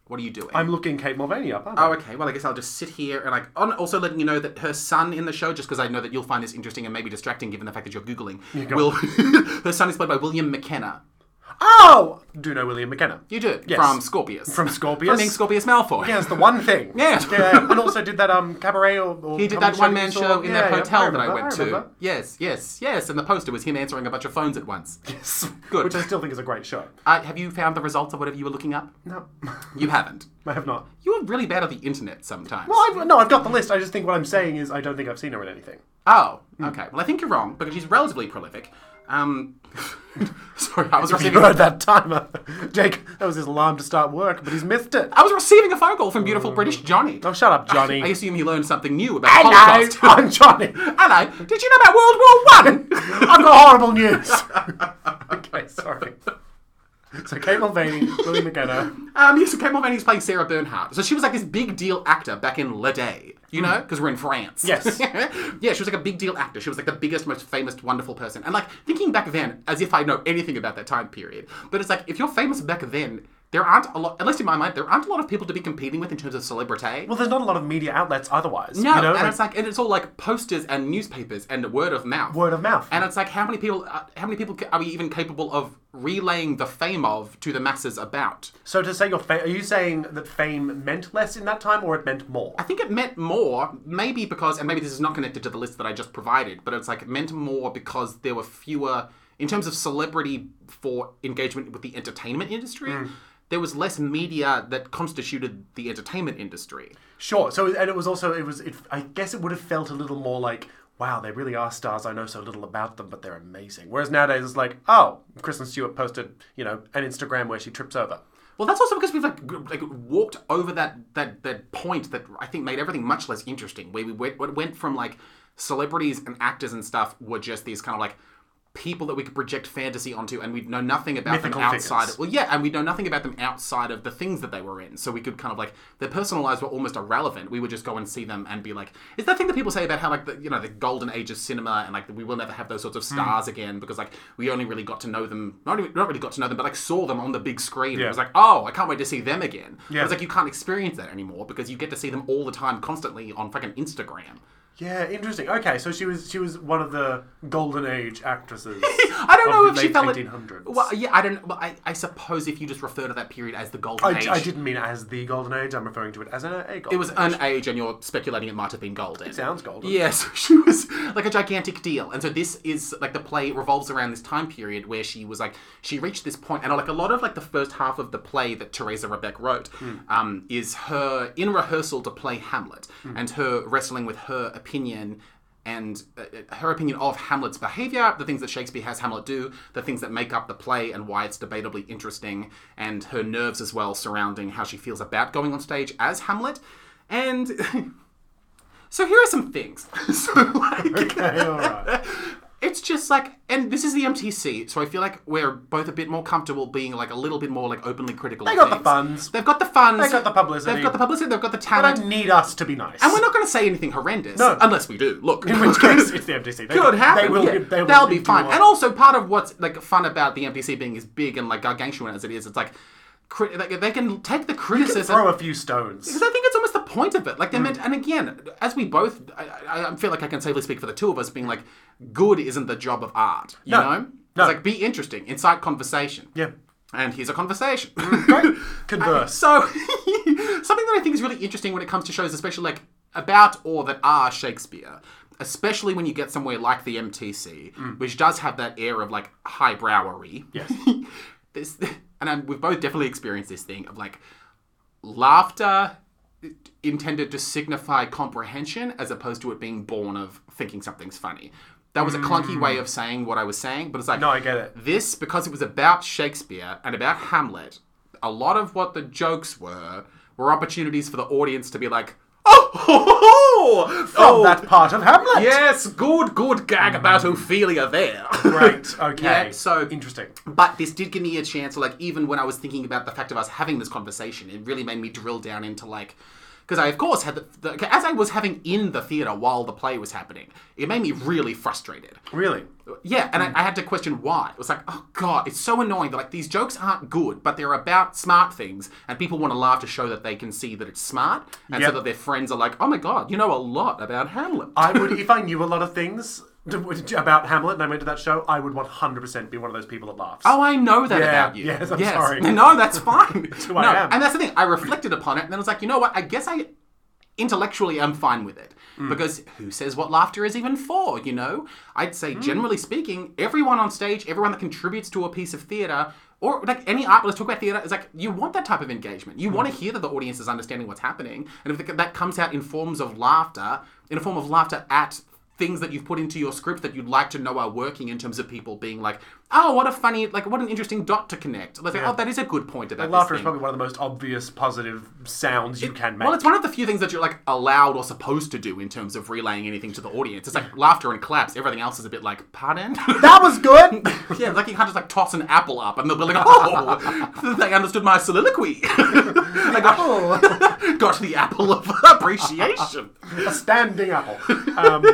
Speaker 1: What are you doing?
Speaker 2: I'm looking Kate Mulvaney up. Aren't I?
Speaker 1: Oh, okay. Well, I guess I'll just sit here and like. Oh, and also letting you know that her son in the show, just because I know that you'll find this interesting and maybe distracting, given the fact that you're googling. will her son is played by William McKenna.
Speaker 2: Oh, do know William McKenna
Speaker 1: You do from Scorpius.
Speaker 2: from Scorpius.
Speaker 1: From being Scorpius Malfoy.
Speaker 2: Yes, the one thing.
Speaker 1: Yeah.
Speaker 2: and also did that um cabaret or, or
Speaker 1: He did that one man show in that hotel that I went to. yes, yes, yes. And the poster was him answering a bunch of phones at once.
Speaker 2: Yes,
Speaker 1: Good.
Speaker 2: Which I still think is a great show.
Speaker 1: Uh, have you found the results of whatever you were looking up?
Speaker 2: No,
Speaker 1: You haven't.
Speaker 2: I have not.
Speaker 1: You are really bad at the internet sometimes.
Speaker 2: Well, I've, no, I've got the list. I just think what I'm saying is I don't think I've seen her in anything.
Speaker 1: Oh,
Speaker 2: Hmm.
Speaker 1: okay. Well, I think you're wrong because she's relatively prolific. Um, sorry, I was
Speaker 2: You
Speaker 1: receiving
Speaker 2: heard that timer, Jake. That was his alarm to start work, but he's missed it.
Speaker 1: I was receiving a phone call from beautiful British Johnny.
Speaker 2: Oh, shut up,
Speaker 1: I
Speaker 2: Johnny.
Speaker 1: assume he learned something new about the
Speaker 2: Hello,
Speaker 1: Holocaust.
Speaker 2: I'm Johnny.
Speaker 1: Hello, did you know about World War One?
Speaker 2: I've got horrible news. okay, sorry. So Kate Mulvaney, William McKenna.
Speaker 1: um, yes, so Kate Mulvaney's playing Sarah Bernhardt. So she was like this big deal actor back in Le Day, you know, because we're in France.
Speaker 2: Hmm. Yes.
Speaker 1: yeah, she was like a big deal actor. She was like the biggest, most famous, wonderful person. And like thinking back then, as if I know anything about that time period, but it's like if you're famous back then, there aren't a lot, at least in my mind, there aren't a lot of people to be competing with in terms of celebrity.
Speaker 2: Well, there's not a lot of media outlets otherwise.
Speaker 1: No,
Speaker 2: you know,
Speaker 1: and
Speaker 2: like
Speaker 1: it's like and it's all like posters and newspapers and word of mouth.
Speaker 2: word of mouth.
Speaker 1: And it's like how many people uh, how many people ca- are we even capable of relaying the fame of to the masses about?
Speaker 2: So to say your fame, are you saying that fame meant less in that time, or it meant more?
Speaker 1: I think it meant more, maybe because and maybe this is not connected to the list that I just provided, but it's like it meant more because there were fewer in terms of celebrity for engagement with the entertainment industry.
Speaker 2: Mm.
Speaker 1: There was less media that constituted the entertainment industry.
Speaker 2: Sure. So and it was also it was it, I guess it would have felt a little more like wow they really are stars I know so little about them but they're amazing. Whereas nowadays it's like oh Kristen Stewart posted you know an Instagram where she trips over.
Speaker 1: Well, that's also because we've like, g- like walked over that, that that point that I think made everything much less interesting. Where we went, what went from like celebrities and actors and stuff were just these kind of like people that we could project fantasy onto, and we'd know nothing about
Speaker 2: Mythical
Speaker 1: them outside.
Speaker 2: figures.
Speaker 1: Well, yeah, and we'd know nothing about them outside of the things that they were in. So we could kind of like their personal lives were almost irrelevant. We would just go and see them and be like, "Is that thing that people say about how like the you know the golden age of cinema and like we will never have those sorts of
Speaker 2: Hmm.
Speaker 1: stars again because like we only really got to know them not even, not really got to know them but like saw them on the big screen. and It
Speaker 2: Yeah.
Speaker 1: was like, oh, I can't wait to see them again.
Speaker 2: Yeah.
Speaker 1: It's like you can't experience that anymore because you get to see them all the time, constantly on fucking Instagram.
Speaker 2: Yeah, interesting. Okay, so she was she was one of the golden age actresses.
Speaker 1: I don't
Speaker 2: Of
Speaker 1: know
Speaker 2: the
Speaker 1: if she
Speaker 2: late
Speaker 1: fell
Speaker 2: 1800s.
Speaker 1: in. Well, yeah, I don't. Well, I, I suppose if you just refer to that period as the golden
Speaker 2: I,
Speaker 1: age,
Speaker 2: I didn't mean it as the golden age. I'm referring to it as an a golden.
Speaker 1: it was an age, and you're speculating it might have been golden.
Speaker 2: sounds golden.
Speaker 1: Yes, she was like a gigantic deal, and so this is like the play revolves around this time period where she was like she reached this point, and like a lot of like the first half of the play that Teresa Rebeck wrote um, is her in rehearsal to play Hamlet, and her wrestling with her opinion and uh, her opinion of Hamlet's behavior, the things that Shakespeare has Hamlet do, the things that make up the play and why it's debatably interesting, and her nerves as well surrounding how she feels about going on stage as Hamlet, and. So here are some things. so like,
Speaker 2: Okay, all right.
Speaker 1: it's just like, and this is the MTC, so I feel like we're both a bit more comfortable being like a little bit more like openly critical. They
Speaker 2: got the funds.
Speaker 1: They've got the funds.
Speaker 2: They got the publicity.
Speaker 1: They've got the publicity. They've got the
Speaker 2: I
Speaker 1: talent.
Speaker 2: don't need us to be nice.
Speaker 1: And we're not going to say anything horrendous.
Speaker 2: No.
Speaker 1: Unless we do. Look.
Speaker 2: In which case, it's the MDC. They,
Speaker 1: Could happen.
Speaker 2: They will.
Speaker 1: yeah.
Speaker 2: They will
Speaker 1: That'll be
Speaker 2: do
Speaker 1: fun.
Speaker 2: what-
Speaker 1: And also, part of what's like fun about the MTC being as big and like gargantuan as it is, it's like, cri- like they can take the criticism.
Speaker 2: throw a few stones.
Speaker 1: Because I think it's almost the point of it. Like
Speaker 2: Hmm.
Speaker 1: they're meant, and again, as we both, I, I I feel like I can safely speak for the two of us, being like, good isn't the job of art. You
Speaker 2: No.
Speaker 1: know,
Speaker 2: No.
Speaker 1: it's like be interesting, incite conversation.
Speaker 2: Yeah. Mm,
Speaker 1: and here's a conversation.
Speaker 2: Right? Converse.
Speaker 1: so, something that I think is really interesting when it comes to shows, especially like about or that are Shakespeare, especially when you get somewhere like the MTC, which does have that air of like highbrowery.
Speaker 2: Mm. Yes.
Speaker 1: this, and i we've both definitely experienced this thing of like laughter intended to signify comprehension as opposed to it being born of thinking something's funny. That was a clunky way of saying what I was saying, but it's like
Speaker 2: Mm. No, I get it.
Speaker 1: this because it was about Shakespeare and about Hamlet. A lot of what the jokes were were opportunities for the audience to be like, "Oh, ho, ho, ho!
Speaker 2: From
Speaker 1: oh,
Speaker 2: that part of Hamlet.
Speaker 1: yes, good, good gag about Ophelia there."
Speaker 2: Right. Okay.
Speaker 1: Yeah, so-
Speaker 2: interesting.
Speaker 1: But this did give me a chance, like, even when I was thinking about the fact of us having this conversation, it really made me drill down into, like, because I, of course, had the, the, as I was having in the theatre while the play was happening, it made me really frustrated.
Speaker 2: Really.
Speaker 1: Yeah, and
Speaker 2: Hmm.
Speaker 1: I, I had to question why. It was like, oh god, it's so annoying that like these jokes aren't good, but they're about smart things, and people want to laugh to show that they can see that it's smart, and
Speaker 2: Yep. Uh,
Speaker 1: so that their friends are like, oh my god, you know a lot about Hamlet.
Speaker 2: I would, if I knew a lot of things d- d- about Hamlet and I went to that show, I would 100% be one of those people that laughs.
Speaker 1: Oh, I know that about you.
Speaker 2: yes, I'm sorry.
Speaker 1: No, that's fine.
Speaker 2: who
Speaker 1: no,
Speaker 2: I am.
Speaker 1: and that's the thing. I reflected upon it, and then I was like, you know what? I guess I intellectually am fine with it
Speaker 2: Mm.
Speaker 1: because who says what laughter is even for? You know, I'd say
Speaker 2: Mm.
Speaker 1: generally speaking, everyone on stage, everyone that contributes to a piece of theatre. Or like any art, let's talk about theatre. Is like you want that type of engagement. You
Speaker 2: Mm.
Speaker 1: want to hear that the audience is understanding what's happening, and if that comes out in forms of laughter, in a form of laughter at things that you've put into your script that you'd like to know are working in terms of people being like, oh, what a funny, like, what an interesting dot to connect. Like, oh, that is a good point about
Speaker 2: Laughter
Speaker 1: this
Speaker 2: is
Speaker 1: thing.
Speaker 2: probably one of the most obvious positive sounds you can make.
Speaker 1: Well, it's one of the few things that you're like allowed or supposed to do in terms of relaying anything to the audience. It's like laughter and claps. Everything else is a bit like, pardon?
Speaker 2: that was good!
Speaker 1: yeah, it's like you can't just like toss an apple up and they'll be like, oh, they understood my soliloquy. I oh. got, got the apple of appreciation.
Speaker 2: a standing apple. Um,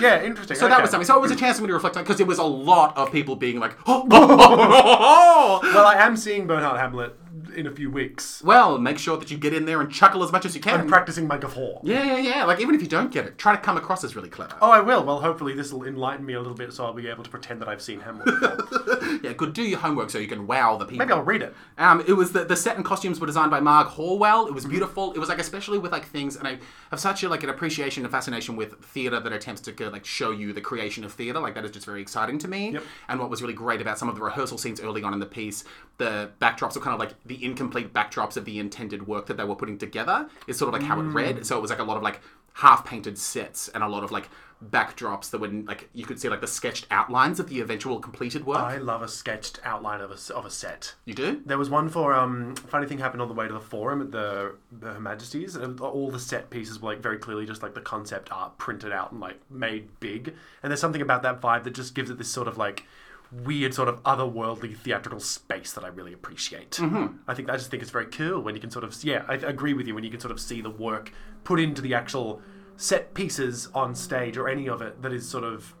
Speaker 2: yeah, interesting.
Speaker 1: So that was something. So it was a chance for me to reflect on because there was a lot of people being like, oh, oh, oh, oh.
Speaker 2: Well, I am seeing Bernhard Hamlet in a few weeks.
Speaker 1: Well, make sure that you get in there and chuckle as much as you
Speaker 2: I'm
Speaker 1: can.
Speaker 2: practicing my guffaw.
Speaker 1: yeah, yeah, yeah. Like even if you don't get it, try to come across as really clever.
Speaker 2: Oh, I will. Well, hopefully this will enlighten me a little bit so I'll be able to pretend that I've seen Hamlet before.
Speaker 1: Yeah, good. Do your homework so you can wow the people.
Speaker 2: Maybe I'll read it.
Speaker 1: Um, it was the, the set and costumes were designed by Marg Horwell.
Speaker 2: Mm-hmm.
Speaker 1: It was beautiful. It was like especially with like things, and I have such a, like an appreciation and fascination with theatre that attempts to go, like show you the creation of theatre. Like that is just very exciting to me.
Speaker 2: Yep.
Speaker 1: And what was really great about some of the rehearsal scenes early on in the piece, the backdrops were kind of like the incomplete backdrops of the intended work that they were putting together. Is sort of like how it
Speaker 2: Mm.
Speaker 1: read. So it was like a lot of like half painted sets and a lot of like backdrops that would like you could see like the sketched outlines of the eventual completed work.
Speaker 2: I love a sketched outline of a, s- of a set.
Speaker 1: you do?
Speaker 2: There was one for um funny thing happened on the way to the forum at the, the Her Majesty's, and all the set pieces were like very clearly just like the concept art printed out and like made big. And there's something about that vibe that just gives it this sort of like weird sort of otherworldly theatrical space that I really appreciate. I think I just think it's very cool when you can sort of yeah I agree with you when you can sort of see the work put into the actual set pieces on stage or any of it that is sort of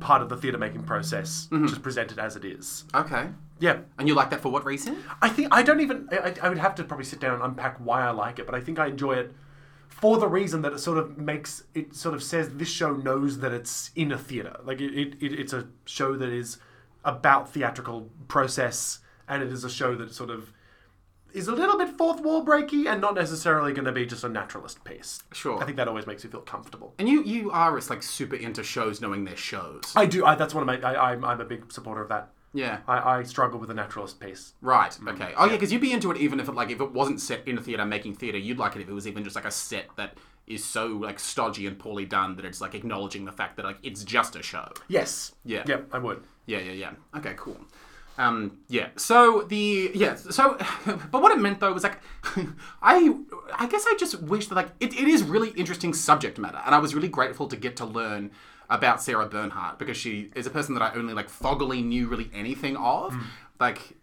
Speaker 2: part of the theatre making process just presented as it is.
Speaker 1: Okay.
Speaker 2: Yeah,
Speaker 1: And you like that for what reason?
Speaker 2: I think I don't even. I, I- I would have to probably sit down and unpack why I like it, but I think I enjoy it for the reason that it sort of makes it sort of says this show knows that it's in a theater. Like it, it, it it's a show that is about theatrical process, and it is a show that sort of is a little bit fourth wall breaky and not necessarily going to be just a naturalist piece.
Speaker 1: Sure.
Speaker 2: I think that always makes you feel comfortable.
Speaker 1: And you you are it's like super into shows knowing their shows.
Speaker 2: I do. I, that's one of my. I, I'm, I'm a big supporter of that.
Speaker 1: Yeah.
Speaker 2: I, I struggle with a naturalist piece.
Speaker 1: Right. Okay. Oh yeah, because you'd be into it even if it like if it wasn't set in a theater making theater, you'd like it if it was even just like a set that is so like stodgy and poorly done that it's like acknowledging the fact that like it's just a show.
Speaker 2: Yes.
Speaker 1: Yeah.
Speaker 2: Yep. I would.
Speaker 1: Yeah, yeah, yeah. Okay, cool. Um, yeah. So the yeah. So, but what it meant though was like, I I guess I just wish that like it, it is really interesting subject matter, and I was really grateful to get to learn about Sarah Bernhardt because she is a person that I only like foggily knew really anything of, like.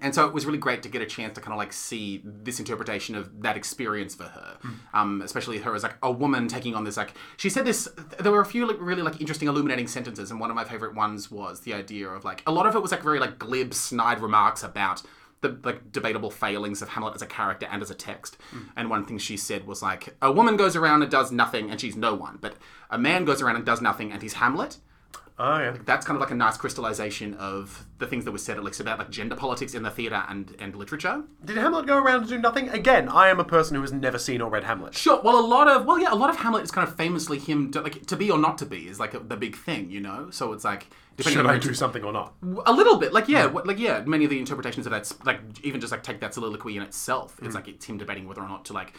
Speaker 1: And so it was really great to get a chance to kind of like see this interpretation of that experience for her, um, especially her as like a woman taking on this like she said this. There were a few like, really like interesting illuminating sentences, and one of my favorite ones was the idea of like a lot of it was like very like glib, snide remarks about the like debatable failings of Hamlet as a character and as a text. And one thing she said was like a woman goes around and does nothing and she's no one, but a man goes around and does nothing and he's Hamlet.
Speaker 2: Oh yeah.
Speaker 1: That's kind of like a nice crystallization of the things that were said at Lex about like gender politics in the theatre and, and literature.
Speaker 2: Did Hamlet go around and do nothing? Again, I am a person who has never seen or read Hamlet.
Speaker 1: Sure. Well, a lot of well, yeah, a lot of Hamlet is kind of famously him do- like to be or not to be is like the big thing, you know. So it's like depending
Speaker 2: Should
Speaker 1: on
Speaker 2: I
Speaker 1: which-
Speaker 2: do something or not?
Speaker 1: a little bit like
Speaker 2: Hmm.
Speaker 1: yeah, what, like yeah, many of the interpretations of that's like even just like take that soliloquy in itself,
Speaker 2: Hmm.
Speaker 1: it's like it's him debating whether or not to like.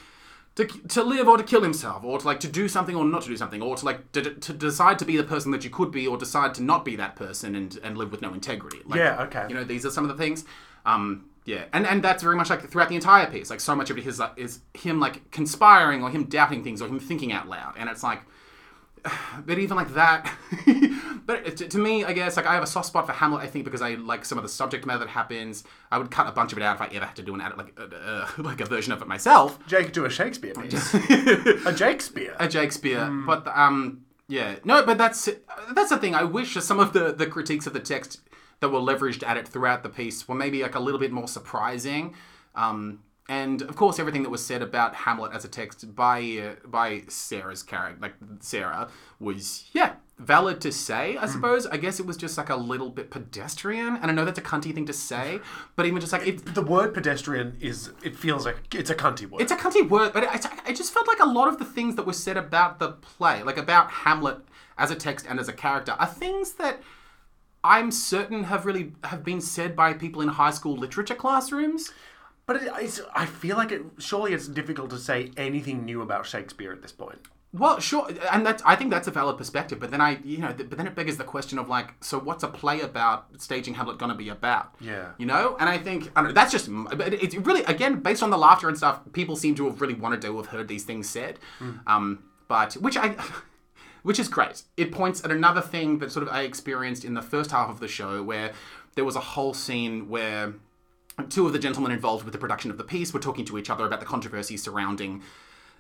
Speaker 1: To, to live or to kill himself, or to like to do something or not to do something, or to like to, to decide to be the person that you could be, or decide to not be that person and, and live with no integrity. Like,
Speaker 2: Yeah, okay.
Speaker 1: You know, these are some of the things. Um, yeah, and and that's very much like throughout the entire piece. Like so much of it is like, is him like conspiring or him doubting things or him thinking out loud, and it's like but even like that but it- to, to me i guess like i have a soft spot for hamlet i think because i like some of the subject matter that happens i would cut a bunch of it out if i ever had to do an ad- like uh, uh, like a version of it myself
Speaker 2: Jake do a Shakespeare piece. a Shakespeare.
Speaker 1: a Shakespeare. But um, yeah, no, but that's that's the thing. I wish some of the the critiques of the text that were leveraged at it throughout the piece were maybe like a little bit more surprising. Um, and of course, everything that was said about Hamlet as a text by uh, by Sarah's character, like Sarah, was yeah. Valid to say, I suppose. I guess it was just like a little bit pedestrian, and I know that's a cunty thing to say, but even just like it,
Speaker 2: The word pedestrian is it feels like it's a cunty word.
Speaker 1: it's a cunty word, but it, I just felt like a lot of the things that were said about the play, like about Hamlet as a text and as a character, are things that I'm certain have really have been said by people in high school literature classrooms.
Speaker 2: but it, it's, I feel like it. Surely it's difficult to say anything new about Shakespeare at this point.
Speaker 1: Well, sure, and that's I think that's a valid perspective. But then I, you know, th- but then it beggars the question of like, so what's a play about staging Hamlet going to be about?
Speaker 2: Yeah.
Speaker 1: you know, and I think I don't know. That's just, but it's really again based on the laughter and stuff. People seem to have really wanted to have heard these things said, um, but which I. Which is great. It points at another thing that sort of I experienced in the first half of the show, where there was a whole scene where two of the gentlemen involved with the production of the piece were talking to each other about the controversy surrounding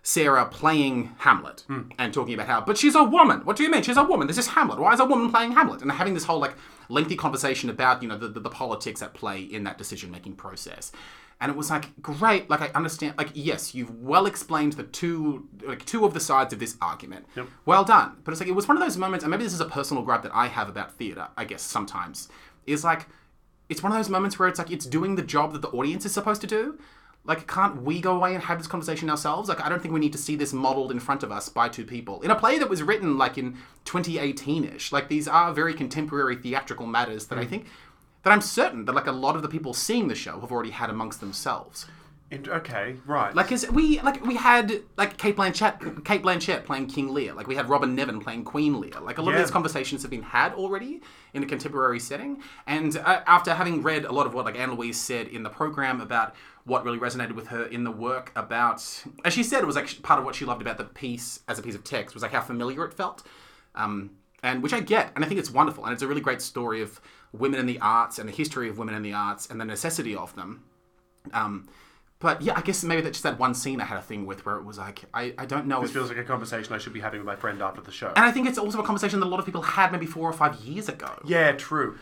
Speaker 1: Sarah playing Hamlet and talking about how, but she's a woman. What do you mean? She's a woman. This is Hamlet. Why is a woman playing Hamlet? And having this whole like lengthy conversation about, you know, the, the, the politics at play in that decision making process. And it was like, great, like I understand like yes, you've well explained the two like two of the sides of this argument. Well done. But it's like it was one of those moments, and maybe this is a personal gripe that I have about theatre, I guess sometimes, is like it's one of those moments where it's like it's doing the job that the audience is supposed to do. Like, can't we go away and have this conversation ourselves? Like, I don't think we need to see this modeled in front of us by two people in a play that was written like in 2018 ish. Like, these are very contemporary theatrical matters that I think that I'm certain that like a lot of the people seeing the show have already had amongst themselves.
Speaker 2: And, okay, right.
Speaker 1: Like, is we like we had like Kate Blanchett, Kate Blanchett playing King Lear. Like we had Robin Nevin playing Queen Lear. Like a lot
Speaker 2: Yeah.
Speaker 1: of these conversations have been had already in a contemporary setting. And uh, after having read a lot of what like Anne Louise said in the program about what really resonated with her in the work about, as she said, it was like part of what she loved about the piece as a piece of text was like how familiar it felt. Um, and which I get, and I think it's wonderful, and it's a really great story of women in the arts and the history of women in the arts and the necessity of them. Um, but yeah, I guess maybe that's just that one scene I had a thing with where it was like, I, I don't know.
Speaker 2: This
Speaker 1: If,
Speaker 2: feels like a conversation I should be having with my friend after the show.
Speaker 1: and I think it's also a conversation that a lot of people had maybe four or five years ago.
Speaker 2: Yeah, true.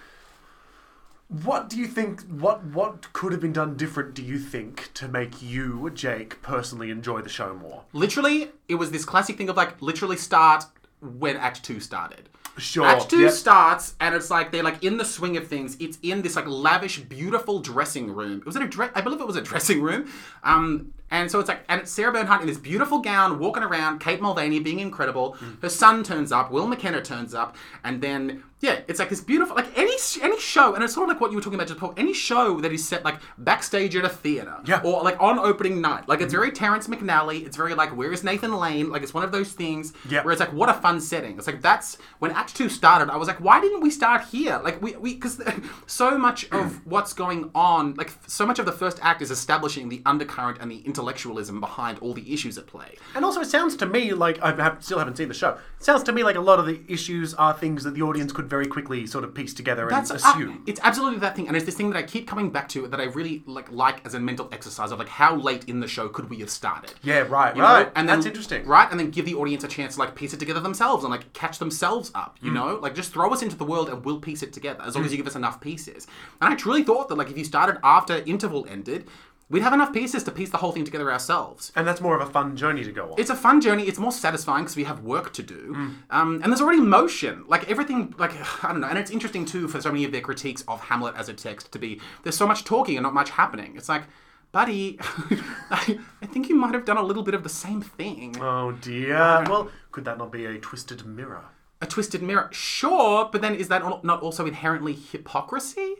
Speaker 2: What do you think? What what could have been done different? Do you think to make you, Jake, personally enjoy the show more?
Speaker 1: Literally, it was this classic thing of like, literally start when Act 2 started.
Speaker 2: Sure.
Speaker 1: Act 2
Speaker 2: yep.
Speaker 1: starts, and it's like they're like in the swing of things. It's in this like lavish, beautiful dressing room. Was it a dress? I believe it was a dressing room. Um, and so it's like, and it's Sarah Bernhardt in this beautiful gown, walking around. Kate Mulvaney being incredible.
Speaker 2: Mm.
Speaker 1: Her son turns up. Will McKenna turns up, and then yeah, it's like this beautiful, like any sh- any show, and it's sort of like what you were talking about just before. Any show that is set like backstage at a theater,
Speaker 2: Yeah. Mm-hmm.
Speaker 1: or like on opening night, like it's very Terrence McNally. It's very like where is Nathan Lane? Like it's one of those things
Speaker 2: Yeah.
Speaker 1: where it's like, what a fun setting. It's like that's when Act Two started. I was like, why didn't we start here? Like we we because so much of what's going on, like so much of the first act is establishing the undercurrent and the intellectualism behind all the issues at play.
Speaker 2: And also, it sounds to me like I have, still haven't seen the show. It sounds to me like a lot of the issues are things that the audience could very quickly sort of piece together and
Speaker 1: That's- uh,
Speaker 2: assume.
Speaker 1: it's absolutely that thing, and it's this thing that I keep coming back to that I really like like as a mental exercise of like how late in the show could we have started?
Speaker 2: yeah, right,
Speaker 1: you know?
Speaker 2: right.
Speaker 1: And
Speaker 2: And
Speaker 1: then,
Speaker 2: that's interesting.
Speaker 1: right? And then give the audience a chance to like piece it together themselves and like catch themselves up,
Speaker 2: Hmm.
Speaker 1: you know? Like just throw us into the world and we'll piece it together as long as you give us enough pieces. And I truly thought that like if you started after interval ended. We'd have enough pieces to piece the whole thing together ourselves.
Speaker 2: And that's more of a fun journey to go on.
Speaker 1: It's a fun journey. It's more satisfying because we have work to do, um, and there's already motion. Like everything, like I don't know. And it's interesting too for so many of their critiques of Hamlet as a text to be there's so much talking and not much happening. It's like, buddy, I, I think you might have done a little bit of the same thing.
Speaker 2: oh dear. Well, could that not be a twisted mirror?
Speaker 1: a twisted mirror, sure, but then is that al- not also inherently hypocrisy?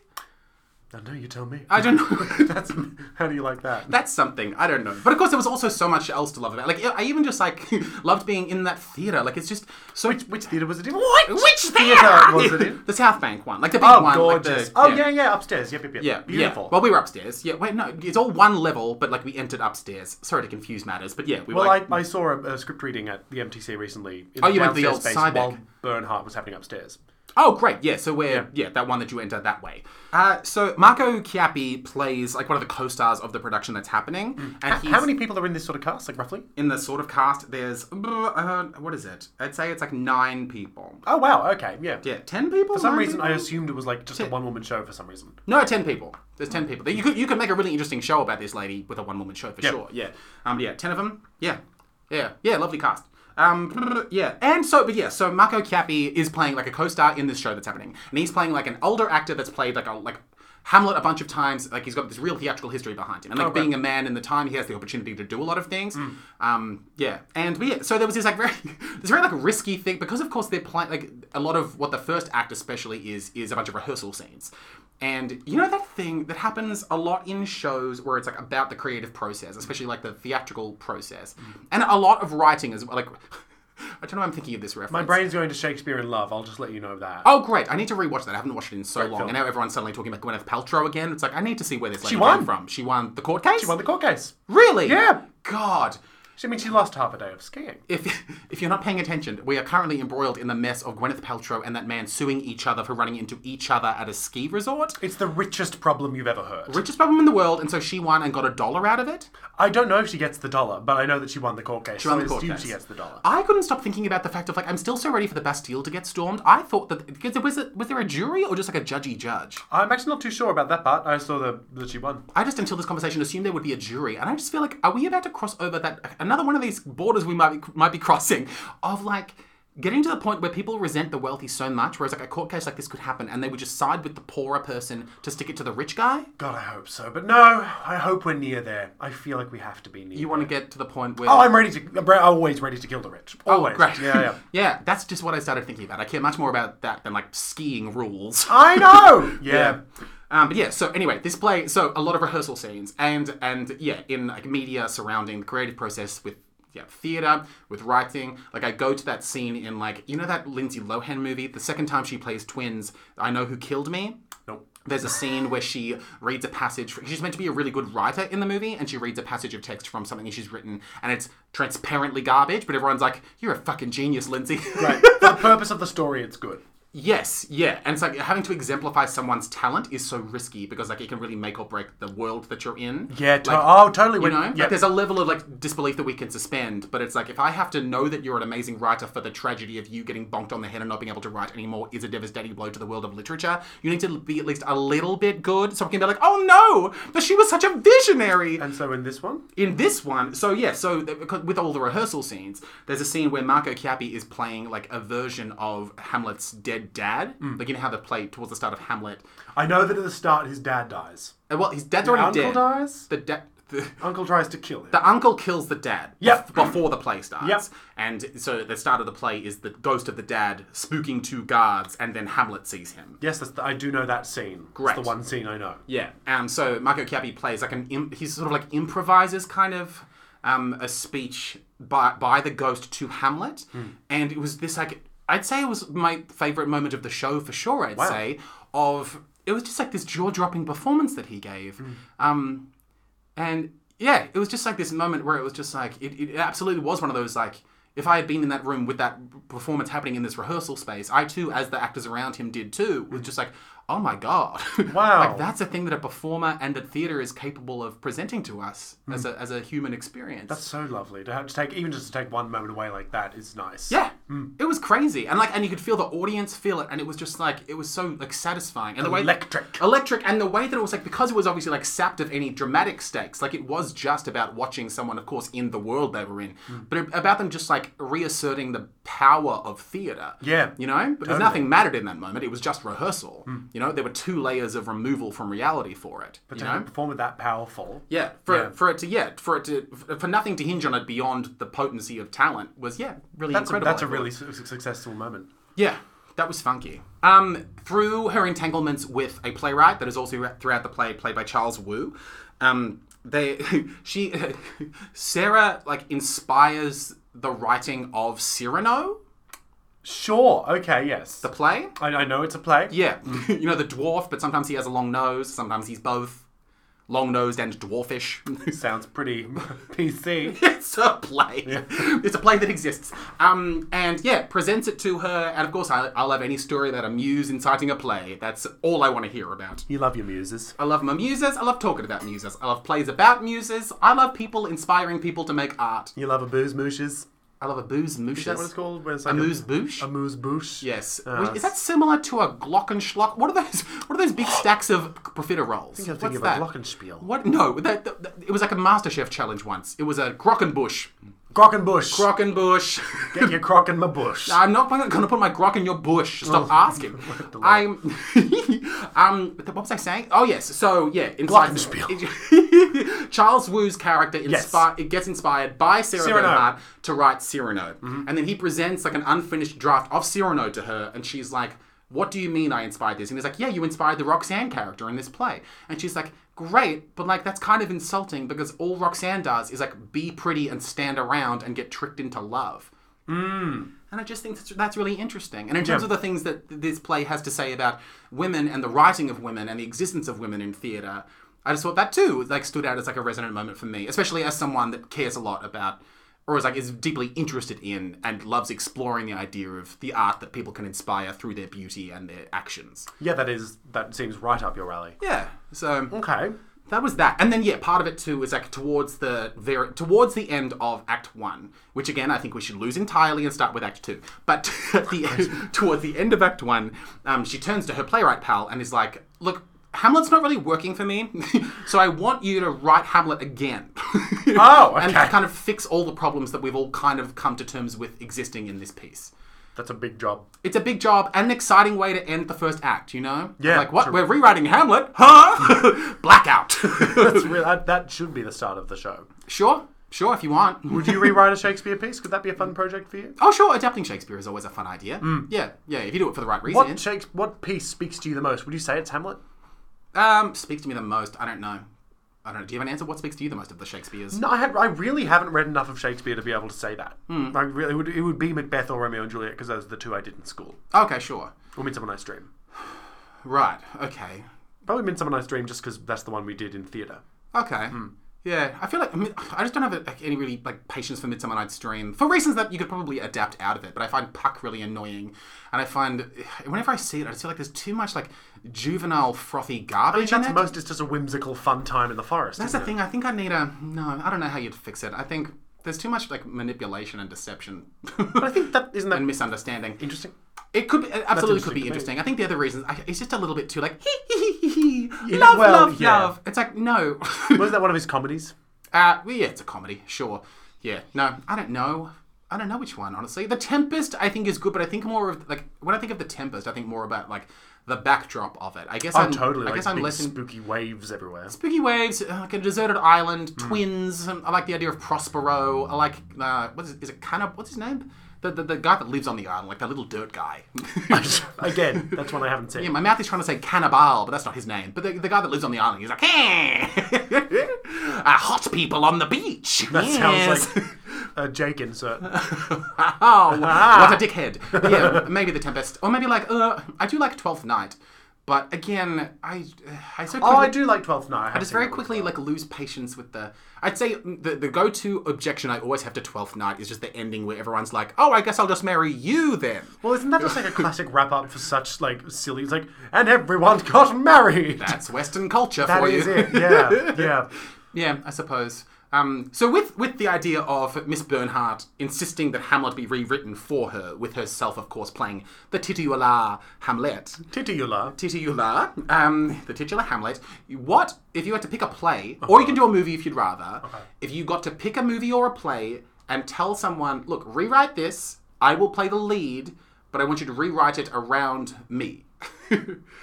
Speaker 2: No, no, you tell me.
Speaker 1: I don't know.
Speaker 2: That's how do you like that?
Speaker 1: that's something I don't know. But of course, there was also so much else to love about. Like I even just like loved being in that theater. Like it's just so. Which,
Speaker 2: Which theatre was it in?
Speaker 1: theater
Speaker 2: theatre was it in?
Speaker 1: The South Bank one, like the big
Speaker 2: Oh,
Speaker 1: one. like
Speaker 2: gorgeous.
Speaker 1: the-
Speaker 2: oh yeah. yeah, upstairs. Yep, yep, yep.
Speaker 1: Yeah,
Speaker 2: beautiful.
Speaker 1: Yeah. Well, we were upstairs. Yeah, wait, no, it's all one level, but like we entered upstairs. Sorry to confuse matters, but yeah, we
Speaker 2: Well,
Speaker 1: were like,
Speaker 2: I, I saw a, a script reading at the MTC recently. In
Speaker 1: Oh, you went to the
Speaker 2: downstairs
Speaker 1: old
Speaker 2: space
Speaker 1: Cybec.
Speaker 2: while Bernhardt was happening upstairs.
Speaker 1: Oh, great. Yeah, so we're, yeah, that one that you enter that way. Uh, so Marco Chiappi plays like one of the co-stars of the production that's happening. And he's
Speaker 2: Hmm. How many people are in this sort of cast, like roughly?
Speaker 1: in the sort of cast, there's, uh, what is it? I'd say it's like nine people.
Speaker 2: Oh wow, okay, yeah.
Speaker 1: Yeah, ten people?
Speaker 2: For some reason, I assumed it was like just a one-woman show. For some reason,
Speaker 1: No, ten people. There's ten people. You could, you could make a really interesting show about this lady with a one woman show for sure. Yeah. Um. Yeah. Ten of them. Yeah. Yeah. Yeah. Lovely cast. Um. Yeah. And so, but yeah. So Marco Chiappi is playing like a co-star in this show that's happening, and he's playing like an older actor that's played like a like. Hamlet a bunch of times, like he's got this real theatrical history behind him, and like being a man in the time, he has the opportunity to do a lot of things. Um, yeah, and but yeah, so there was this like very, this very like risky thing because of course they're playing like a lot of what the first act especially is is a bunch of rehearsal scenes, and you know that thing that happens a lot in shows where it's like about the creative process, especially like the theatrical process, and a lot of writing is like. I don't know. why I'm thinking of this reference.
Speaker 2: my brain's going to Shakespeare in Love. I'll just let you know that.
Speaker 1: oh, great! I need to rewatch that. I haven't watched it in so long,
Speaker 2: film.
Speaker 1: and now everyone's suddenly talking about Gwyneth Paltrow again. It's like I need to see where this lady
Speaker 2: won.
Speaker 1: came from. She won the court case.
Speaker 2: She won the court case.
Speaker 1: Really?
Speaker 2: Yeah.
Speaker 1: God.
Speaker 2: She, I mean, she lost half a day of skiing.
Speaker 1: If, if you're not paying attention, we are currently embroiled in the mess of Gwyneth Paltrow and that man suing each other for running into each other at a ski resort.
Speaker 2: It's the richest problem you've ever heard.
Speaker 1: Richest problem in the world, and so she won and got a dollar out of it.
Speaker 2: I don't know if she gets the dollar, but I know that she won the court case. She
Speaker 1: won
Speaker 2: so
Speaker 1: the
Speaker 2: I
Speaker 1: court
Speaker 2: assume
Speaker 1: case.
Speaker 2: she gets the dollar.
Speaker 1: I couldn't stop thinking about the fact of like I'm still so ready for the Bastille to get stormed. I thought that because there was a, was there a jury or just like a judgy judge?
Speaker 2: I'm actually not too sure about that part. I saw the, that she won.
Speaker 1: I just until this conversation assumed there would be a jury, and I just feel like are we about to cross over that another one of these borders we might be, might be crossing of like getting to the point where people resent the wealthy so much, whereas like a court case like this could happen, and they would just side with the poorer person to stick it to the rich guy.
Speaker 2: God, I hope so. But no, I hope we're near there. I feel like we have to be near.
Speaker 1: You want to get to the point where
Speaker 2: Oh, I'm ready to. I'm re- always ready to kill the rich. Always.
Speaker 1: Oh, great,
Speaker 2: Yeah, yeah.
Speaker 1: yeah. That's just what I started thinking about. I care much more about that than like skiing rules.
Speaker 2: I know. Yeah.
Speaker 1: Um, but yeah, so anyway, this play, so a lot of rehearsal scenes and and yeah, in like media surrounding the creative process with yeah theater, with writing. Like I go to that scene in like you know that Lindsay Lohan movie, the second time she plays twins, I know who killed me.
Speaker 2: Nope.
Speaker 1: There's a scene where she reads a passage. She's meant to be a really good writer in the movie, and she reads a passage of text from something she's written, and it's transparently garbage. But everyone's like, "You're a fucking genius, Lindsay."
Speaker 2: Right. For the purpose of the story, it's good.
Speaker 1: Yes, yeah, and it's like having to exemplify someone's talent is so risky because like it can really make or break the world that you're in.
Speaker 2: Yeah. To- oh, totally.
Speaker 1: You
Speaker 2: When,
Speaker 1: know,
Speaker 2: yeah.
Speaker 1: like there's a level of like disbelief that we can suspend, but it's like if I have to know that you're an amazing writer for the tragedy of you getting bonked on the head and not being able to write anymore is a devastating blow to the world of literature. You need to be at least a little bit good, so we can be like, oh no, but she was such a visionary
Speaker 2: and so in this one,
Speaker 1: in this one, so yeah, so th- because- with all the rehearsal scenes, there's a scene where Marco Chiappi is playing like a version of Hamlet's dead dad.
Speaker 2: Hmm.
Speaker 1: Like you know how they play towards the start of Hamlet.
Speaker 2: I know that at the start his dad dies.
Speaker 1: And well, his dad's
Speaker 2: Uncle
Speaker 1: already dead.
Speaker 2: dies.
Speaker 1: The dad. The,
Speaker 2: Uncle tries to kill him.
Speaker 1: the uncle kills the dad
Speaker 2: Yep.
Speaker 1: bef- before the play starts.
Speaker 2: Yep.
Speaker 1: And so the start of the play is the ghost of the dad spooking two guards, and then Hamlet sees him.
Speaker 2: yes, that's the, I do know that scene.
Speaker 1: Great.
Speaker 2: It's the one scene I know.
Speaker 1: Yeah, um, so Marco Chiappi plays like an imp- he's sort of like improvises kind of um, a speech by by the ghost to Hamlet, and it was this like I'd say it was my favorite moment of the show for sure. I'd say of it was just like this jaw dropping performance that he gave, um, and yeah, it was just like this moment where it was just like it, it absolutely was one of those like. If I had been in that room with that performance happening in this rehearsal space, I too, as the actors around him did too, was just like, oh my god,
Speaker 2: Wow.
Speaker 1: like that's a thing that a performer and a theater is capable of presenting to us as a as a human experience.
Speaker 2: Hmm. That's so lovely to have to take, even just to take one moment away like that is nice.
Speaker 1: Yeah, it was crazy, and like, and you could feel the audience feel it, and it was just like it was so like satisfying, and the way
Speaker 2: Electric.
Speaker 1: electric, and the way that it was like because it was obviously like sapped of any dramatic stakes, like it was just about watching someone, of course, in the world they were in,
Speaker 2: Hmm.
Speaker 1: but it, about them just like reasserting the power of theater.
Speaker 2: Yeah. Hmm.
Speaker 1: you know, because nothing mattered in that moment; it was just rehearsal. You know, there were two layers of removal from reality for it. you
Speaker 2: To
Speaker 1: know,
Speaker 2: have a performer that powerful.
Speaker 1: yeah, for for it to yeah, for it to for nothing to hinge on it beyond the potency of talent was yeah, really
Speaker 2: That's a,
Speaker 1: incredible.
Speaker 2: that's a
Speaker 1: I thought.
Speaker 2: really su- su- successful moment.
Speaker 1: Yeah, that was funky. Um, through her entanglements with a playwright that is also throughout the play played by Charles Wu, um, they she Sarah like inspires the writing of Cyrano,
Speaker 2: Sure. Okay. Yes.
Speaker 1: the play.
Speaker 2: I, I know it's a play.
Speaker 1: Yeah, you know the dwarf, but sometimes he has a long nose, sometimes he's both long nosed and dwarfish.
Speaker 2: Sounds pretty PC.
Speaker 1: it's a play. It's a play that exists. Um, and yeah, presents it to her. And of course, I, I love any story about a muse inciting a play. That's all I want to hear about.
Speaker 2: You love your muses.
Speaker 1: I love my muses. I love talking about muses. I love plays about muses. I love people inspiring people to make art.
Speaker 2: You love a booze mooshes.
Speaker 1: I love a booze moosh.
Speaker 2: Is that what it's called? Where it's like
Speaker 1: A moose boosh?
Speaker 2: A uh, moose boosh.
Speaker 1: yes. Which- is that similar to a glockenschlock? What are those? What are those big stacks of profiteroles?
Speaker 2: I'm thinking
Speaker 1: What's
Speaker 2: of a
Speaker 1: that?
Speaker 2: glockenspiel.
Speaker 1: What? No, that, that, that- it was like a MasterChef challenge once. It was a Grockenbush.
Speaker 2: Glockenbush.
Speaker 1: Grockenbush.
Speaker 2: Get your crock in my bush.
Speaker 1: I'm not going to put my grok in your bush. Stop
Speaker 2: Oh,
Speaker 1: asking. I'm. um, what was I saying? Oh yes. So yeah, inside Charles Wu's character inspi-
Speaker 2: Yes.
Speaker 1: it gets inspired by Sarah
Speaker 2: Cyrano. Mm-hmm.
Speaker 1: Bernhardt to write Cyrano, and then he presents like an unfinished draft of Cyrano to her, and she's like. What do you mean I inspired this? And he's like, Yeah, you inspired the Roxanne character in this play. And she's like, Great, but like that's kind of insulting because all Roxanne does is like be pretty and stand around and get tricked into love. And I just think that's, that's really interesting. And in terms of the things that this play has to say about women and the writing of women and the existence of women in theatre, I just thought that too like stood out as like a resonant moment for me, especially as someone that cares a lot about or is like is deeply interested in and loves exploring the idea of the art that people can inspire through their beauty and their actions.
Speaker 2: Yeah, that is. That seems right up your alley.
Speaker 1: Yeah. So
Speaker 2: Okay.
Speaker 1: that was that, and then yeah, part of it too is like towards the very towards the end of Act One, which again I think we should lose entirely and start with Act Two. But at the end, towards the end of Act One, um, she turns to her playwright pal and is like, "Look, Hamlet's not really working for me, so I want you to write Hamlet again."
Speaker 2: Oh,
Speaker 1: and
Speaker 2: okay.
Speaker 1: kind of fix all the problems that we've all kind of come to terms with existing in this piece
Speaker 2: That's a big job.
Speaker 1: it's a big job and an exciting way to end the first act, you know?
Speaker 2: Yeah,
Speaker 1: Like, what?
Speaker 2: true.
Speaker 1: We're rewriting Hamlet? Huh? Blackout.
Speaker 2: That's real, that, that should be the start of the show.
Speaker 1: sure, sure, if you want.
Speaker 2: Would you rewrite a Shakespeare piece? Could that be a fun project for you?
Speaker 1: Oh, sure, adapting Shakespeare is always a fun idea. Yeah, yeah, if you do it for the right reason.
Speaker 2: Mm. What Shakespeare, What piece speaks to you the most? Would you say it's Hamlet?
Speaker 1: um, speaks to me the most, I don't know. I don't know. Do you have an answer? What speaks to you the most of the Shakespeare's?
Speaker 2: No, I, had, I really haven't read enough of Shakespeare to be able to say that.
Speaker 1: Hmm.
Speaker 2: I really, it would, it would be Macbeth or Romeo and Juliet because those are the two I did in school.
Speaker 1: Okay, sure.
Speaker 2: Or Midsummer Night's Dream.
Speaker 1: Right, okay.
Speaker 2: Probably Midsummer Night's Dream just because that's the one we did in theatre.
Speaker 1: Okay.
Speaker 2: Mm.
Speaker 1: Yeah, I feel like I, mean, I just don't have like, any really like patience for Midsummer Night's Dream for reasons that you could probably adapt out of it. But I find Puck really annoying, and I find whenever I see it, I just feel like there's too much like juvenile frothy garbage
Speaker 2: That's
Speaker 1: in it.
Speaker 2: most it's just a whimsical fun time in the forest.
Speaker 1: That's the thing. I think I need a no. I don't know how you'd fix it. I think there's too much like manipulation and deception
Speaker 2: But I think that isn't that
Speaker 1: and misunderstanding.
Speaker 2: interesting.
Speaker 1: It could be, it absolutely
Speaker 2: interesting
Speaker 1: could be
Speaker 2: to me.
Speaker 1: interesting. I think the other reasons I, it's just a little bit too like hee hee hee hee love
Speaker 2: well,
Speaker 1: love
Speaker 2: yeah.
Speaker 1: love. It's like no.
Speaker 2: Wasn't that one of his comedies?
Speaker 1: Uh, well, yeah, it's a comedy, sure. Yeah, no, I don't know. I don't know which one, honestly. The Tempest, I think, is good, but I think more of like when I think of the Tempest, I think more about like the backdrop of it. I guess I'm
Speaker 2: Oh, Totally.
Speaker 1: I
Speaker 2: like
Speaker 1: guess I'm
Speaker 2: big
Speaker 1: less in
Speaker 2: spooky waves everywhere.
Speaker 1: spooky waves, uh, like a deserted island,
Speaker 2: Hmm.
Speaker 1: twins. um, I like the idea of Prospero. I like uh, what is, is it? Kind of what's his name? The, the the guy that lives on the island, like the little dirt guy.
Speaker 2: Again, that's one I haven't seen.
Speaker 1: Yeah, my mouth is trying to say cannibal, but that's not his name. But the, the guy that lives on the island, he's like, hey, uh, hot people on the beach.
Speaker 2: That
Speaker 1: yes."
Speaker 2: sounds like a Jake insert.
Speaker 1: oh, what a dickhead. But yeah, maybe the Tempest, or maybe like, uh, I do like Twelfth Night. But again, I uh, I so
Speaker 2: Oh,
Speaker 1: quickly-
Speaker 2: I do like Twelfth Night.
Speaker 1: I just very quickly like lose patience with the. I'd say the the go to objection I always have to Twelfth Night is just the ending where everyone's like, "Oh, I guess I'll just marry you then."
Speaker 2: Well, isn't that just like a classic wrap up for such like silly? It's like, and everyone got married.
Speaker 1: That's Western culture
Speaker 2: that
Speaker 1: for
Speaker 2: is
Speaker 1: you.
Speaker 2: it. Yeah, yeah.
Speaker 1: Yeah, I suppose. Um, so with with the idea of Miss Bernhardt insisting that Hamlet be rewritten for her, with herself of course playing the titular Hamlet,
Speaker 2: Titular.
Speaker 1: titular, um, the titular Hamlet. What if you had to pick a play, or you can do a movie if you'd rather? If you got to pick a movie or a play and tell someone, look, rewrite this. I will play the lead, but I want you to rewrite it around me.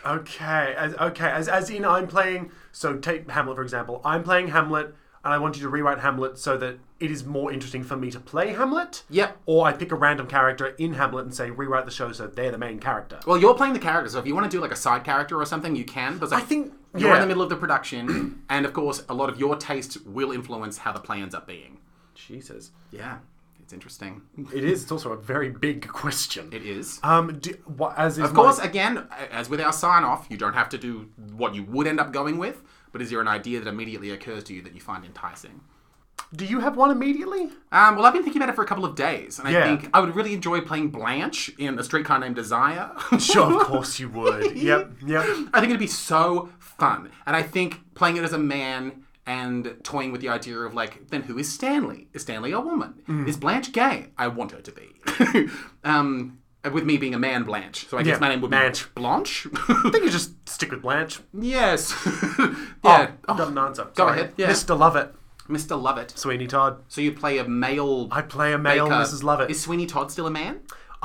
Speaker 2: Okay, as, okay. As, as in, I'm playing. So take Hamlet for example. I'm playing Hamlet, and I want you to rewrite Hamlet so that it is more interesting for me to play Hamlet.
Speaker 1: Yep.
Speaker 2: Or I pick a random character in Hamlet and say rewrite the show so they're the main character.
Speaker 1: well, you're playing the character, so if you want to do like a side character or something, you can. But
Speaker 2: I think
Speaker 1: You're in
Speaker 2: yeah.
Speaker 1: the middle of the production, and of course, a lot of your taste will influence how the play ends up being.
Speaker 2: Jesus,
Speaker 1: Yeah, it's interesting.
Speaker 2: it is. It's also a very big question.
Speaker 1: It is.
Speaker 2: Um, do, what, as is
Speaker 1: Of course, again, a- as with our sign off, you don't have to do what you would end up going with, but is there an idea that immediately occurs to you that you find enticing?
Speaker 2: do you have one immediately?
Speaker 1: Um, well, I've been thinking about it for a couple of days, and I
Speaker 2: Yeah.
Speaker 1: think I would really enjoy playing Blanche in A Streetcar Named Desire.
Speaker 2: Sure, of course you would. yep, yep.
Speaker 1: I think it'd be so fun. And I think playing it as a man and toying with the idea of like, then who is Stanley? Is Stanley a woman?
Speaker 2: Mm.
Speaker 1: Is Blanche gay? I want her to be. um, with me being a man, Blanche. So I guess
Speaker 2: Yeah,
Speaker 1: my name would be
Speaker 2: Blanche.
Speaker 1: Blanche.
Speaker 2: I think you just stick with Blanche.
Speaker 1: yes. yeah.
Speaker 2: Oh,
Speaker 1: Oh,
Speaker 2: dumb answer.
Speaker 1: Go
Speaker 2: Sorry.
Speaker 1: ahead, yeah.
Speaker 2: Mr. Lovett,
Speaker 1: Mr. Lovett.
Speaker 2: Sweeney Todd.
Speaker 1: So you play a male.
Speaker 2: I play a male Mrs. Lovett.
Speaker 1: Is Sweeney Todd still a man?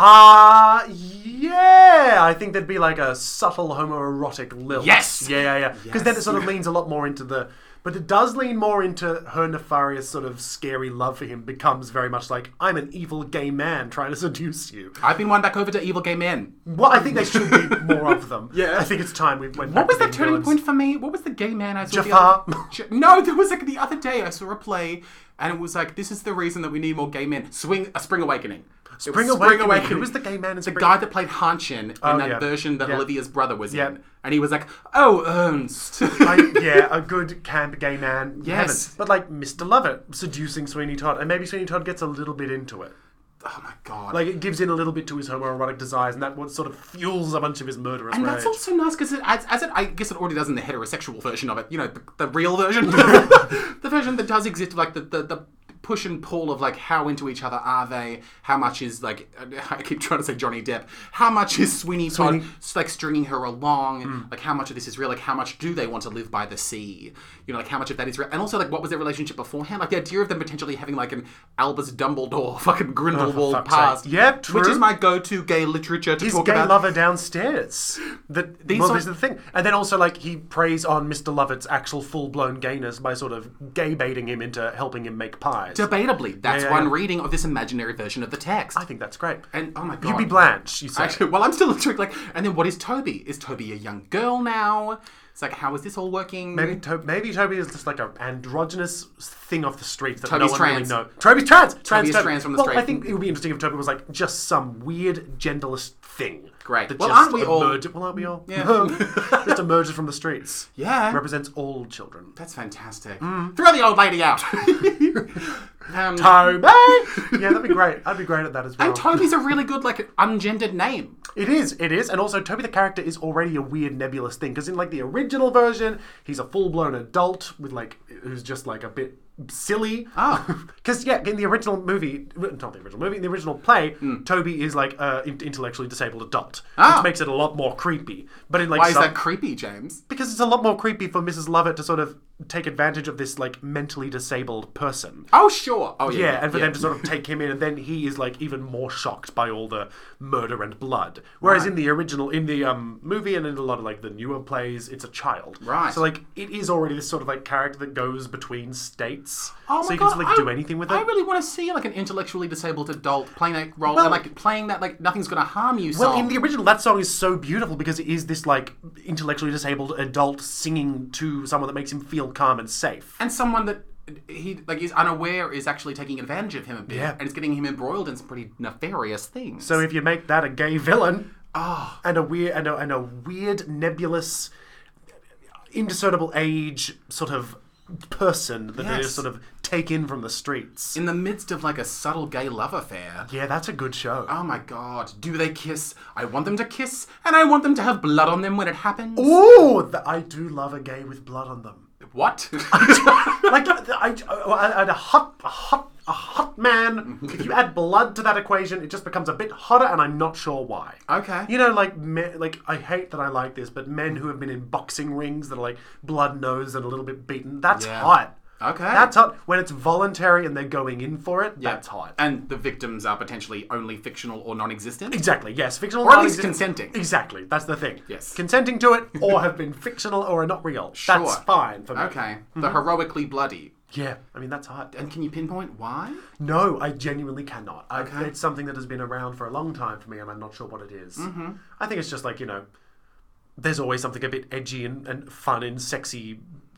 Speaker 2: Ah, yeah. I think there'd be like a subtle homoerotic lilt.
Speaker 1: Yes!
Speaker 2: Yeah, yeah, yeah. Because then it sort of leans a lot more into the. But it does lean more into her nefarious sort of scary love for him becomes very much like I'm an evil gay man trying to seduce you.
Speaker 1: I've been won back over to evil gay men.
Speaker 2: Well, I think there should be more of them.
Speaker 1: Yeah.
Speaker 2: I think it's time we went.
Speaker 1: What was that turning point for me? What was the gay man I saw? the
Speaker 2: Jafar.
Speaker 1: other- J- no, there was like the other day I saw a play, and it was like this is the reason that we need more gay men. Swing a Spring Awakening. It was
Speaker 2: Spring Awakening. Who was the gay man in
Speaker 1: The
Speaker 2: Spring-
Speaker 1: guy that played Hanshin in that
Speaker 2: yeah.
Speaker 1: version that
Speaker 2: Yeah.
Speaker 1: Olivia's brother was
Speaker 2: Yeah.
Speaker 1: in, and he was like, "Oh, Ernst."
Speaker 2: I, yeah, a good camp gay man.
Speaker 1: Yes.
Speaker 2: heaven. But like Mr. Lovett seducing Sweeney Todd, and maybe Sweeney Todd gets a little bit into it.
Speaker 1: oh my god.
Speaker 2: Like it gives in a little bit to his homoerotic desires, and that what sort of fuels a bunch of his murderous
Speaker 1: and
Speaker 2: rage.
Speaker 1: that's also nice because it adds, as it, I guess it already does in the heterosexual version of it, you know, the, the real version, the version that does exist, like the, the, the push and pull of like how into each other are they, how much is like, I keep trying to say Johnny Depp, how much is Sweeney Todd s- like stringing her along,
Speaker 2: Hmm.
Speaker 1: like how much of this is real, like how much do they want to live by the sea, you know, like how much of that is real, and also like what was their relationship beforehand, like the idea of them potentially having like an Albus Dumbledore fucking Grindelwald
Speaker 2: Oh, fuck's sake.
Speaker 1: past,
Speaker 2: Yep,
Speaker 1: which
Speaker 2: true.
Speaker 1: is my go-to gay literature to
Speaker 2: his
Speaker 1: talk
Speaker 2: gay
Speaker 1: about.
Speaker 2: lover downstairs. That
Speaker 1: These
Speaker 2: well,
Speaker 1: sort-
Speaker 2: this is the thing, and then also like he preys on Mr. Lovett's actual full-blown gayness by sort of gay baiting him into helping him make pies.
Speaker 1: Debatably, that's
Speaker 2: yeah,
Speaker 1: one
Speaker 2: yeah.
Speaker 1: reading of this imaginary version of the text.
Speaker 2: I think that's great.
Speaker 1: and oh my god,
Speaker 2: You'd be Blanche, you say.
Speaker 1: Actually, well, I'm still intrigued. Like, and then what is Toby? Is Toby a young girl now? It's like, how is this all working?
Speaker 2: Maybe, to- maybe Toby is just like an androgynous thing off the street that
Speaker 1: Toby's
Speaker 2: no one
Speaker 1: trans.
Speaker 2: really knows. Toby's trans. Trans.
Speaker 1: is trans from the
Speaker 2: well,
Speaker 1: street.
Speaker 2: I think it would be interesting if Toby was like just some weird genderless thing.
Speaker 1: Great.
Speaker 2: That
Speaker 1: Well,
Speaker 2: just
Speaker 1: aren't we all-
Speaker 2: emerge- Well, aren't we all? Yeah. just emerges from the streets.
Speaker 1: Yeah.
Speaker 2: Represents all children.
Speaker 1: That's fantastic.
Speaker 2: Mm.
Speaker 1: Throw the old lady out. um,
Speaker 2: Toby. yeah, that'd be great. I'd be great at that as well.
Speaker 1: and Toby's a really good like ungendered name.
Speaker 2: It is, it is, and also Toby the character is already a weird nebulous thing because in like the original version, he's a full blown adult with like who's just like a bit silly.
Speaker 1: Ah.
Speaker 2: because yeah, in the original movie, not the original movie, in the original play, Toby is like a in- intellectually disabled adult,
Speaker 1: Hmm. Ah.
Speaker 2: which makes it a lot more creepy. But in like
Speaker 1: Why is
Speaker 2: some-
Speaker 1: that creepy, James?
Speaker 2: because it's a lot more creepy for Mrs. Lovett to sort of take advantage of this like mentally disabled person.
Speaker 1: Oh sure. Oh yeah.
Speaker 2: Yeah, and for
Speaker 1: yeah.
Speaker 2: them to sort of take him in, and then he is like even more shocked by all the murder and blood. Whereas in the original, in the um, movie, and in a lot of like the newer plays, it's a child.
Speaker 1: Right.
Speaker 2: So like it is already this sort of like character that goes between states.
Speaker 1: Oh my
Speaker 2: so you
Speaker 1: God,
Speaker 2: can sort of, like do
Speaker 1: I-
Speaker 2: anything with it.
Speaker 1: I really want to see like an intellectually disabled adult playing that role and
Speaker 2: Well-
Speaker 1: like playing that like nothing's gonna harm you.
Speaker 2: well,
Speaker 1: song.
Speaker 2: in the original, that song is so beautiful because it is this like intellectually disabled adult singing to someone that makes him feel calm and safe.
Speaker 1: and someone that he like is unaware is actually taking advantage of him a bit,
Speaker 2: Yeah.
Speaker 1: and it's getting him embroiled in some pretty nefarious things.
Speaker 2: So if you make that a gay villain, Ah. And a weird and a, and a weird nebulous indiscernible age sort of person that they
Speaker 1: Yes.
Speaker 2: just sort of take in from the streets.
Speaker 1: in the midst of like a subtle gay love affair.
Speaker 2: Yeah, that's a good show.
Speaker 1: Oh my god, do they kiss? I want them to kiss, and I want them to have blood on them when it happens.
Speaker 2: Oh. Ooh, th- I do love a gay with blood on them.
Speaker 1: What?
Speaker 2: like the- I, I, I- a hot, a hot, a hot man. if you add blood to that equation, it just becomes a bit hotter, and I'm not sure why.
Speaker 1: Okay.
Speaker 2: You know, like me, like I hate that I like this, but men who have been in boxing rings that are like blood nosed and a little bit beaten, that's
Speaker 1: Yeah.
Speaker 2: hot.
Speaker 1: Okay.
Speaker 2: That's hot when it's voluntary and they're going in for it. That's hot.
Speaker 1: And the victims are potentially only fictional or non existent?
Speaker 2: Exactly. Yes, fictional.
Speaker 1: Or at
Speaker 2: non-
Speaker 1: least consenting.
Speaker 2: Exactly. That's the thing.
Speaker 1: Yes.
Speaker 2: consenting to it, or have been fictional or are not real. That's
Speaker 1: Sure.
Speaker 2: fine for me.
Speaker 1: Okay. The
Speaker 2: Mm-hmm.
Speaker 1: heroically bloody.
Speaker 2: Yeah. I mean, that's hot.
Speaker 1: And can you pinpoint why?
Speaker 2: No, I genuinely cannot. I, It's something that has been around for a long time for me, and I'm not sure what it is. I think it's just like, you know, there's always something a bit edgy and, and fun and sexy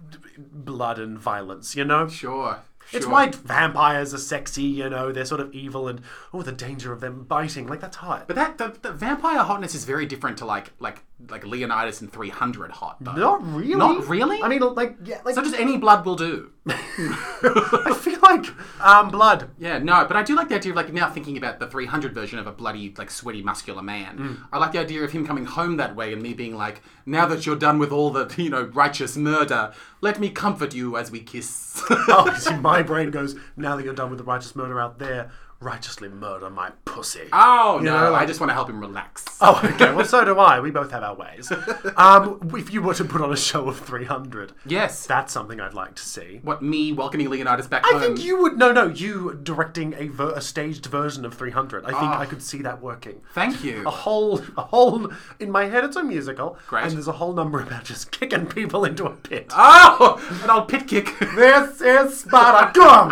Speaker 2: d- blood and violence, you know?
Speaker 1: Sure.
Speaker 2: It's
Speaker 1: sure.
Speaker 2: why vampires are sexy, you know? They're sort of evil and, oh, the danger of them biting. Like, that's hot.
Speaker 1: But that the, the vampire hotness is very different to like like like Leonidas and 300 hot though.
Speaker 2: not really.
Speaker 1: Not really?
Speaker 2: I mean, like, yeah, like,
Speaker 1: So just any blood will do.
Speaker 2: I feel like um, blood.
Speaker 1: Yeah, no, but I do like the idea of like now thinking about the 300 version of a bloody like sweaty muscular man.
Speaker 2: Mm.
Speaker 1: I like the idea of him coming home that way and me being like, now that you're done with all the you know righteous murder, let me comfort you as we kiss.
Speaker 2: Oh, see, my brain goes, now that you're done with the righteous murder out there, righteously murder my pussy.
Speaker 1: Oh no!
Speaker 2: know, like-
Speaker 1: I just want to help him relax.
Speaker 2: Oh, okay. Well, so do I. We both have our ways. Um, if you were to put on a show of 300,
Speaker 1: yes.
Speaker 2: that's something I'd like to see. Um,
Speaker 1: What me welcoming Leonidas back
Speaker 2: I
Speaker 1: home?
Speaker 2: think you would. No, no. You directing a, ver- a staged version of 300. I think I could see that working.
Speaker 1: Thank you.
Speaker 2: A whole, a whole. In my head, it's a musical.
Speaker 1: Great.
Speaker 2: And there's a whole number about just kicking people into a pit.
Speaker 1: Oh, an old pit kick.
Speaker 2: This is Sparta. Gum.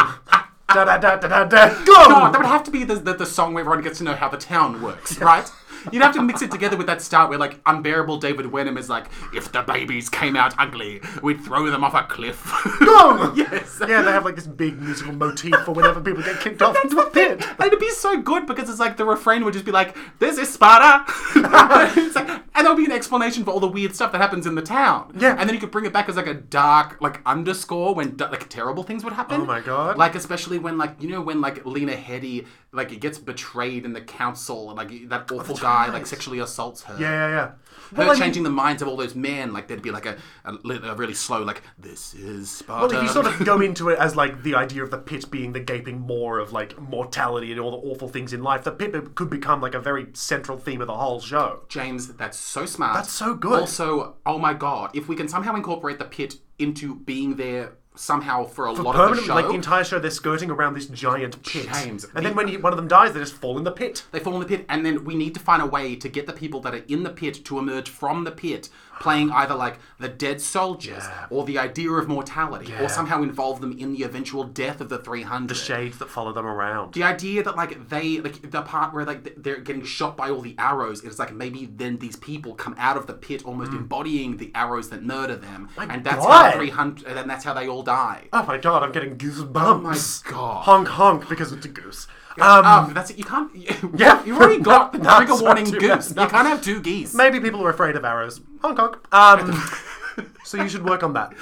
Speaker 2: Da da da da da da.
Speaker 1: God, that
Speaker 2: Gum.
Speaker 1: would have to be the, the, the song where everyone gets to know how the town works, right? You'd have to mix it together with that start where, like, unbearable David Wenham is like, if the babies came out ugly, we'd throw them off a cliff.
Speaker 2: Gum.
Speaker 1: Yes.
Speaker 2: Yeah, they have like this big musical motif for whenever people get kicked off into a pit.
Speaker 1: And it'd be so good because it's like the refrain would just be like, "This is Sparta," It's like- and there'll be an explanation for all the weird stuff that happens in the town.
Speaker 2: Yeah.
Speaker 1: and then you could bring it back as like a dark like underscore when da- like terrible things would happen.
Speaker 2: Oh my God.
Speaker 1: Like especially when like you know when like Lena Headey like it gets betrayed in the council and like that awful guy like sexually assaults her.
Speaker 2: Oh, Yeah, yeah, yeah.
Speaker 1: Her
Speaker 2: Well, I mean-
Speaker 1: changing the minds of all those men, like there'd be like a, a, li- a really slow, like this is Sparta.
Speaker 2: Well, if you sort of go into it as like the idea of the pit being the gaping maw of like mortality and all the awful things in life, the pit could become like a very central theme of the whole show.
Speaker 1: James, that's so smart.
Speaker 2: That's so good.
Speaker 1: Also, oh my god, if we can somehow incorporate the pit into being there somehow for a lot of the
Speaker 2: Permanently,
Speaker 1: show,
Speaker 2: like the entire show, they're skirting around this giant pit,
Speaker 1: James,
Speaker 2: and then
Speaker 1: the-
Speaker 2: when you, one of them dies, they just fall in the pit.
Speaker 1: they fall in the pit, and then we need to find a way to get the people that are in the pit to emerge from the pit, playing either like the dead soldiers or the idea of mortality, or somehow involve them in the eventual death of the three hundred.
Speaker 2: Shades that follow them around.
Speaker 1: the idea that like they like the part where like th- they're getting shot by all the arrows it's like maybe then these people come out of the pit almost embodying the arrows that murder them and that's
Speaker 2: Mm. God.
Speaker 1: how 300 and that's how they all die
Speaker 2: Oh my god, I'm getting goosebumps.
Speaker 1: Oh my God.
Speaker 2: Honk honk because it's a goose. Um,
Speaker 1: um, that's it you can't
Speaker 2: Yeah.
Speaker 1: you've already got the
Speaker 2: No,
Speaker 1: trigger
Speaker 2: sorry,
Speaker 1: warning
Speaker 2: too
Speaker 1: goose
Speaker 2: bad. No.
Speaker 1: you can't have two geese
Speaker 2: maybe people are afraid of arrows. Honk honk. Um, so you should work on that.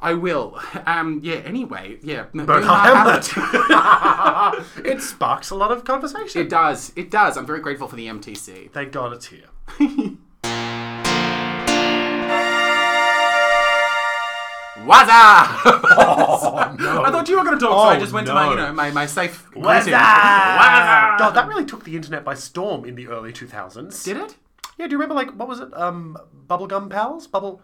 Speaker 1: I will um yeah anyway yeah no, Bernard
Speaker 2: Hamlet.
Speaker 1: Hamlet.
Speaker 2: it sparks a lot of conversation.
Speaker 1: it does it does I'm very grateful for the MTC
Speaker 2: Thank God it's here.
Speaker 1: What's up? I thought you were going to talk, so I
Speaker 2: Oh,
Speaker 1: just went to my, you
Speaker 2: no.
Speaker 1: know, my, my safe
Speaker 2: What's
Speaker 1: greeting.
Speaker 2: up?
Speaker 1: What's
Speaker 2: God,
Speaker 1: up?
Speaker 2: that really took the internet by storm in the early 2000s.
Speaker 1: Did it?
Speaker 2: Yeah, do you remember, like, what was it? Um, Bubblegum Pals? Bubble.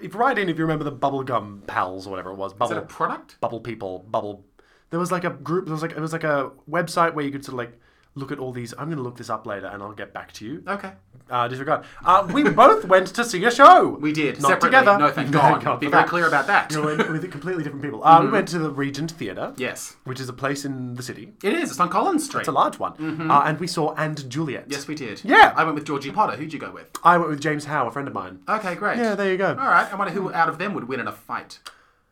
Speaker 2: If Write in if you remember the Bubblegum Pals or whatever it was.
Speaker 1: Is
Speaker 2: Bubble,
Speaker 1: it a product?
Speaker 2: bubble People, Bubble. There was like a group, there was like, it was like a website where you could sort of like look at all these. I'm going to look this up later and I'll get back to you.
Speaker 1: Okay.
Speaker 2: Uh, disregard. Uh, we both went to see a show.
Speaker 1: We did.
Speaker 2: Not
Speaker 1: separately.
Speaker 2: together.
Speaker 1: No,
Speaker 2: Thank
Speaker 1: thank God.
Speaker 2: God
Speaker 1: Be
Speaker 2: for
Speaker 1: very
Speaker 2: that.
Speaker 1: clear about that. Mm-hmm.
Speaker 2: You know, with- with completely different people. Uh, We went to the Regent Theatre.
Speaker 1: Yes.
Speaker 2: Which is a place in the city.
Speaker 1: It is. It's on Collins Street.
Speaker 2: It's a large one. Uh, and we saw And Juliet.
Speaker 1: Mm-hmm. yes, we did.
Speaker 2: Yeah.
Speaker 1: I went with Georgie Potter. Who'd you go with?
Speaker 2: I went with James Howe, a friend of mine.
Speaker 1: Oh, Okay, great.
Speaker 2: Yeah, there you go.
Speaker 1: All right. I wonder who out of them would win in a fight.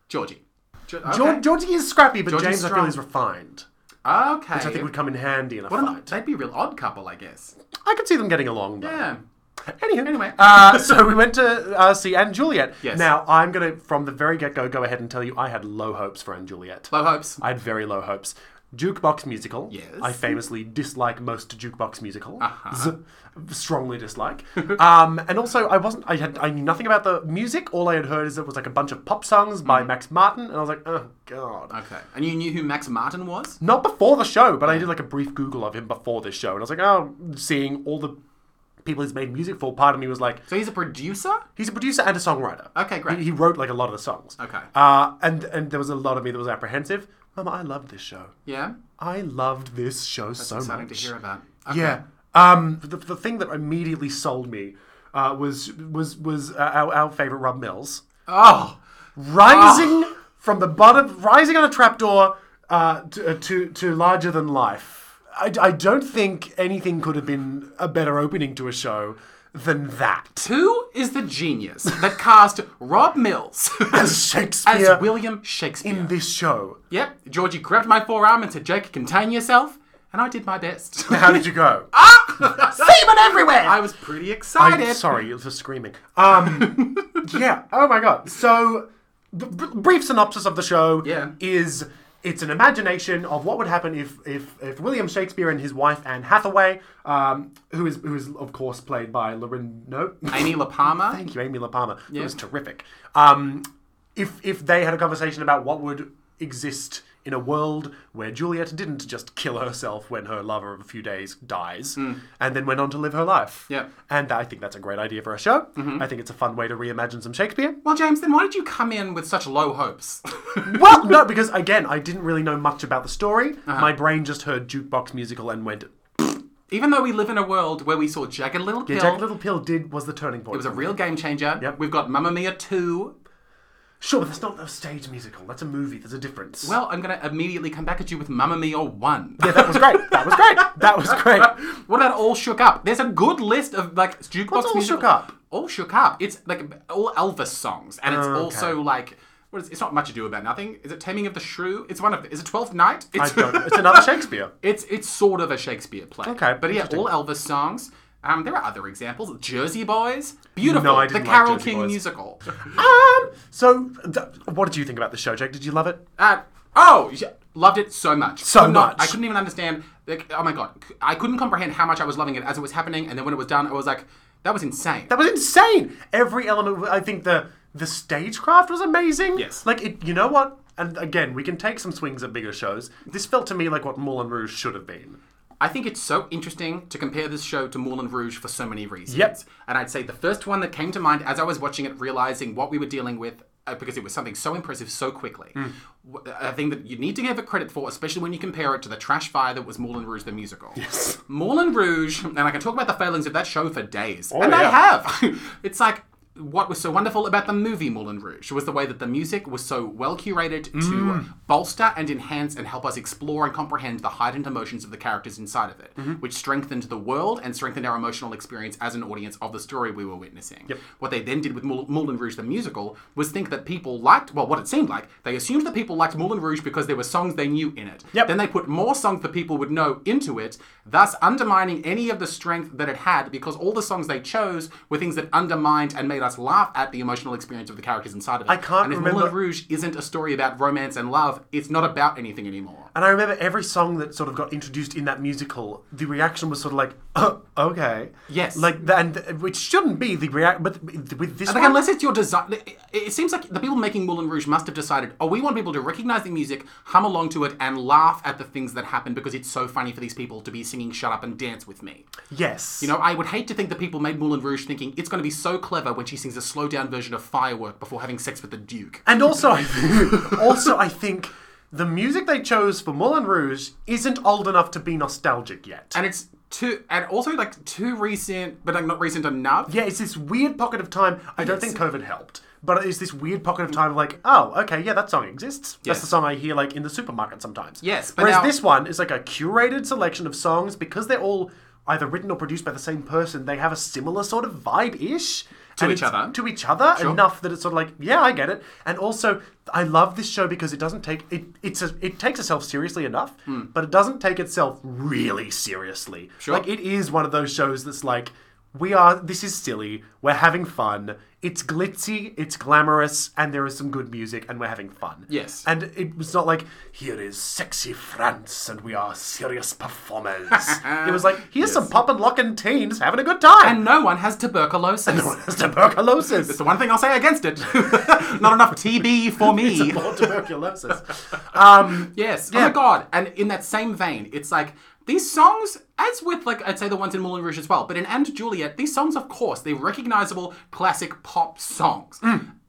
Speaker 1: Georgie. Jo- okay.
Speaker 2: Geor- Georgie is scrappy, but
Speaker 1: Georgie's
Speaker 2: James, I feel, is
Speaker 1: strong.
Speaker 2: refined.
Speaker 1: Okay.
Speaker 2: which I think would come in handy in a
Speaker 1: what an,
Speaker 2: fight.
Speaker 1: they'd be a real odd couple, I guess.
Speaker 2: I could see them getting along. Though.
Speaker 1: Yeah.
Speaker 2: Anywho,
Speaker 1: Anyway.
Speaker 2: uh, so we went to uh, see Anne Juliet.
Speaker 1: Yes.
Speaker 2: Now I'm gonna, from the very get go, go ahead and tell you I had low hopes for Anne Juliet.
Speaker 1: Low hopes.
Speaker 2: I had very low hopes. Jukebox musical.
Speaker 1: Yes. Uh-huh.
Speaker 2: I famously dislike most jukebox musical. Strongly dislike. um, and also, I wasn't. I had. I knew nothing about the music. All I had heard is it was like a bunch of pop songs by Max Martin, and I was like, oh god.
Speaker 1: Mm-hmm. Okay. And you knew who Max Martin was?
Speaker 2: Not before the show, but I did like a brief Google of him before this show, and I was like, oh, seeing all the people he's made music for. Part of me was like,
Speaker 1: So he's a producer?
Speaker 2: He's a producer and a songwriter.
Speaker 1: Okay, great.
Speaker 2: He, he wrote like a lot of the songs.
Speaker 1: Okay.
Speaker 2: Uh, and and there was a lot of me that was apprehensive. Mama, I loved this show.
Speaker 1: Yeah.
Speaker 2: I loved this show so
Speaker 1: Exciting
Speaker 2: much.
Speaker 1: to hear about. Okay.
Speaker 2: Yeah. Um, the, the thing that immediately sold me uh, was was was uh, our, our favorite Rob Mills
Speaker 1: Oh. Ah!
Speaker 2: rising from the bottom, rising on a trapdoor uh, to, uh, to to larger than life. I, I don't think anything could have been a better opening to a show than that.
Speaker 1: Who is the genius that cast Rob Mills
Speaker 2: As
Speaker 1: as
Speaker 2: Shakespeare
Speaker 1: William Shakespeare?
Speaker 2: in this show.
Speaker 1: Yep, Georgie grabbed my forearm and said, Jake, contain yourself. And I did my best.
Speaker 2: How did you go?
Speaker 1: Ah, Semen everywhere! I was pretty excited.
Speaker 2: I'm sorry, it was just screaming. Um, yeah. Oh my god. So, the br- brief synopsis of the show
Speaker 1: Yeah.
Speaker 2: is it's an imagination of what would happen if if, if William Shakespeare and his wife Anne Hathaway, um, who is who is of course played by Lorin no
Speaker 1: Amy La Palmer.
Speaker 2: Thank you, Amy La Palmer. It was terrific. Um, if if they had a conversation about what would exist in a world where Juliet didn't just kill herself when her lover of a few days dies, and then went on to live her life.
Speaker 1: Hmm. Yeah. Mm-hmm.
Speaker 2: And I think that's a great idea for a show. I think it's a fun way to reimagine some Shakespeare.
Speaker 1: Well, James, then why did you come in with such low hopes?
Speaker 2: well, no, because again, I didn't really know much about the story.
Speaker 1: Uh-huh.
Speaker 2: My brain just heard jukebox musical and went.
Speaker 1: Even though we live in a world where we saw Jagged Little Pill,
Speaker 2: Jack Little Pill did was the turning point.
Speaker 1: it was a real game changer.
Speaker 2: Yep.
Speaker 1: We've got Mamma Mia 2.
Speaker 2: sure, but that's not a stage musical. That's a movie. There's a difference.
Speaker 1: Well, I'm going to immediately come back at you with Mamma Mia 1.
Speaker 2: yeah, that was great. That was great. That was great.
Speaker 1: What about All Shook Up? There's a good list of like jukebox
Speaker 2: What's All
Speaker 1: musical-
Speaker 2: Shook Up? Oh,
Speaker 1: All Shook Up. It's like all Elvis songs, and it's also like what is? It's not much ado about nothing. Is it Taming of the Shrew? It's one of. Is it Twelfth Night?
Speaker 2: I
Speaker 1: It's,
Speaker 2: don't. It's another Shakespeare.
Speaker 1: it's it's sort of a Shakespeare play.
Speaker 2: Okay,
Speaker 1: but yeah,
Speaker 2: interesting.
Speaker 1: all Elvis songs. Um, there are other examples. Jersey Boys, beautiful.
Speaker 2: No, I
Speaker 1: the
Speaker 2: didn't like
Speaker 1: Carol
Speaker 2: Jersey
Speaker 1: King
Speaker 2: Boys.
Speaker 1: musical.
Speaker 2: Um. So, th- what did you think about the show, Jake? Did you love it?
Speaker 1: Uh, oh, yeah, loved it so much.
Speaker 2: So
Speaker 1: Could not-
Speaker 2: much.
Speaker 1: I couldn't even understand. Like, oh my god, I couldn't comprehend how much I was loving it as it was happening, and then when it was done, I was like, that was insane.
Speaker 2: That was insane. Every element. I think the the stagecraft was amazing.
Speaker 1: Yes.
Speaker 2: Like it. You know what? And again, we can take some swings at bigger shows. This felt to me like what Moulin Rouge should have been.
Speaker 1: I think it's so interesting to compare this show to Moulin Rouge for so many reasons.
Speaker 2: Yep.
Speaker 1: And I'd say the first one that came to mind as I was watching it, realizing what we were dealing with, uh, because it was something so impressive so quickly,
Speaker 2: Hmm.
Speaker 1: w- a thing that you need to give it credit for, especially when you compare it to the trash fire that was Moulin Rouge the musical. Yes. Moulin Rouge, and I can talk about the failings of that show for days, and
Speaker 2: Oh, yeah.
Speaker 1: I have. it's like. What was so wonderful about the movie Moulin Rouge was the way that the music was so well curated to bolster and enhance and help us explore and comprehend the heightened emotions of the characters inside of it, which strengthened the world and strengthened our emotional experience as an audience of the story we were witnessing. What they then did with Moul- Moulin Rouge the musical was think that people liked, well, what it seemed like, they assumed that people liked Moulin Rouge because there were songs they knew in it.
Speaker 2: Yep.
Speaker 1: Then they put more songs that people would know into it, thus undermining any of the strength that it had because all the songs they chose were things that undermined and made us laugh at the emotional experience of the characters inside of it.
Speaker 2: I can't
Speaker 1: and if
Speaker 2: remember-
Speaker 1: Moulin Rouge isn't a story about romance and love, it's not about anything anymore.
Speaker 2: And I remember every song that sort of got introduced in that musical. The reaction was sort of like, oh, okay,
Speaker 1: Yes.
Speaker 2: like that, and which shouldn't be the react. But with this,
Speaker 1: Like
Speaker 2: one,
Speaker 1: unless it's your design, it, it seems like the people making Moulin Rouge must have decided, oh, we want people to recognize the music, hum along to it, and laugh at the things that happen because it's so funny for these people to be singing "Shut Up and Dance with Me."
Speaker 2: yes,
Speaker 1: You know, I would hate to think that people made Moulin Rouge thinking it's going to be so clever when she sings a slow down version of Firework before having sex with the Duke.
Speaker 2: And also, I think, also I think the music they chose for Moulin Rouge isn't old enough to be nostalgic yet.
Speaker 1: And it's too, and also like too recent, but like not recent enough.
Speaker 2: Yeah, it's this weird pocket of time. I don't think COVID helped, but it's this weird pocket of time of like, oh, okay, yeah, that song exists. That's the song I hear like in the supermarket sometimes.
Speaker 1: Yes, but
Speaker 2: Whereas
Speaker 1: now-
Speaker 2: this one is like a curated selection of songs because they're all either written or produced by the same person, they have a similar sort of vibe ish.
Speaker 1: To each other.
Speaker 2: To each other enough that it's sort of like, yeah, I get it. And also, I love this show because it doesn't take it. It's a, it takes itself seriously enough, but it doesn't take itself really seriously.
Speaker 1: Hmm. Sure.
Speaker 2: Like it is one of those shows that's like, we are. This is silly. We're having fun. It's glitzy. It's glamorous, and there is some good music, and we're having fun.
Speaker 1: Yes.
Speaker 2: And it was not like, here is sexy France and we are serious performers. it was like, here's some pop and lock and teens having a good time.
Speaker 1: And no one has tuberculosis.
Speaker 2: And has tuberculosis.
Speaker 1: It's the one thing I'll say against it. Not enough TB for me.
Speaker 2: More tuberculosis. Um,
Speaker 1: Yes. Oh my god. And in that same vein, it's like these songs, as with like I'd say the ones in Moulin Rouge as well, but in Anne to Juliet, these songs, of course, they're recognizable classic pop songs.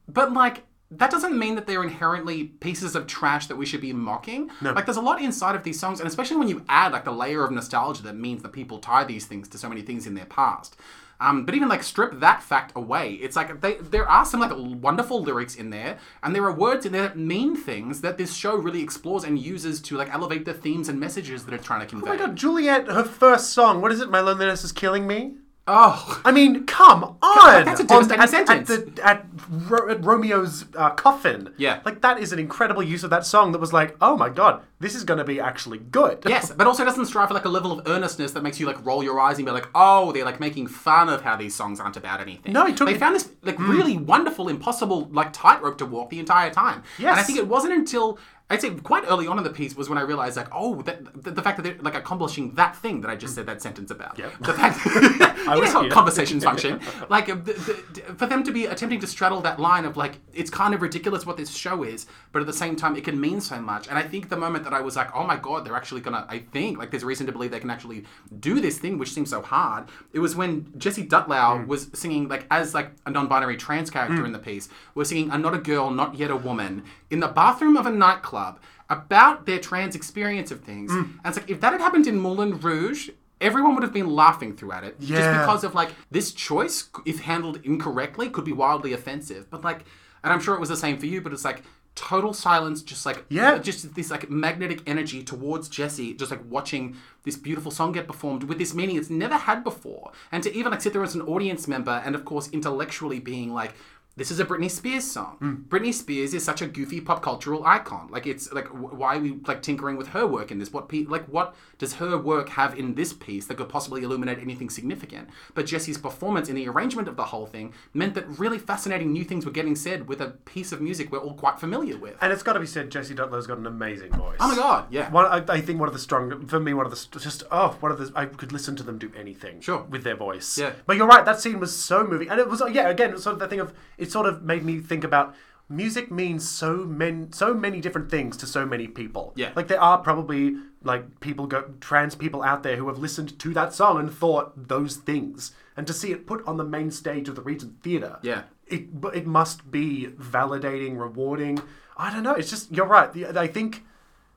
Speaker 1: But like that doesn't mean that they're inherently pieces of trash that we should be mocking. Like there's a lot inside of these songs, and especially when you add like the layer of nostalgia that means that people tie these things to so many things in their past. Um, but even like strip that fact away, it's like they, there are some like wonderful lyrics in there, and there are words in there that mean things that this show really explores and uses to like elevate the themes and messages that it's trying to convey.
Speaker 2: oh my God, Juliet, her first song, what is it? My loneliness is killing me?
Speaker 1: Oh,
Speaker 2: I mean, come on!
Speaker 1: that's a
Speaker 2: On-
Speaker 1: devastating
Speaker 2: at,
Speaker 1: sentence.
Speaker 2: At, the, at, Ro- at Romeo's uh, coffin.
Speaker 1: Yeah.
Speaker 2: Like, that is an incredible use of that song that was like, oh my god, this is going to be actually good.
Speaker 1: yes, but also doesn't strive for like a level of earnestness that makes you like roll your eyes and be like, oh, they're like making fun of how these songs aren't about anything.
Speaker 2: No, it took- Mm.
Speaker 1: they found this like really wonderful, impossible like tightrope to walk the entire time.
Speaker 2: Yes.
Speaker 1: and I think it wasn't until. I'd say quite early on in the piece was when I realized, like, oh, that, the, the fact that they're like accomplishing that thing that I just said that sentence about. The fact I
Speaker 2: Mm. was
Speaker 1: how
Speaker 2: here.
Speaker 1: conversations function. like, uh, th th th- for them to be attempting to straddle that line of like, it's kind of ridiculous what this show is, but at the same time, it can mean so much. And I think the moment that I was like, oh my god, they're actually gonna, I think, like, there's reason to believe they can actually do this thing, which seems so hard. It was when Jesse Dutlow was singing, like, as like a non-binary trans character in the piece, was singing "I'm not a girl, not yet a woman" in the bathroom of a nightclub about their trans experience of things. And it's like if that had happened in Moulin Rouge. Everyone would have been laughing throughout it, just
Speaker 2: Yeah.
Speaker 1: because of like this choice, if handled incorrectly, could be wildly offensive. But like, and I'm sure it was the same for you, but it's like total silence, just like
Speaker 2: Yeah.
Speaker 1: just this like magnetic energy towards Jesse, just like watching this beautiful song get performed with this meaning it's never had before, and to even like sit there as an audience member and of course intellectually being like. This is a Britney Spears song. Britney Spears is such a goofy pop cultural icon. Like it's like wh- why are we like tinkering with her work in this? What pe- like what does her work have in this piece that could possibly illuminate anything significant? But Jesse's performance in the arrangement of the whole thing meant that really fascinating new things were getting said with a piece of music we're all quite familiar with.
Speaker 2: And it's got to be said, Jesse Dutlow's got an amazing voice.
Speaker 1: Oh my god, yeah.
Speaker 2: One, I, I think one of the strong for me, one of the st- just oh, one of the I could listen to them do anything.
Speaker 1: Sure.
Speaker 2: with their voice.
Speaker 1: Yeah.
Speaker 2: but you're right. That scene was so moving, and it was yeah. Again, it's sort of the thing of it sort of made me think about music means so men so many different things to so many people.
Speaker 1: Yeah.
Speaker 2: like there are probably like people go trans people out there who have listened to that song and thought those things, and to see it put on the main stage of the Regent Theatre.
Speaker 1: Yeah.
Speaker 2: It, but it must be validating, rewarding. I don't know. It's just you're right. The- I think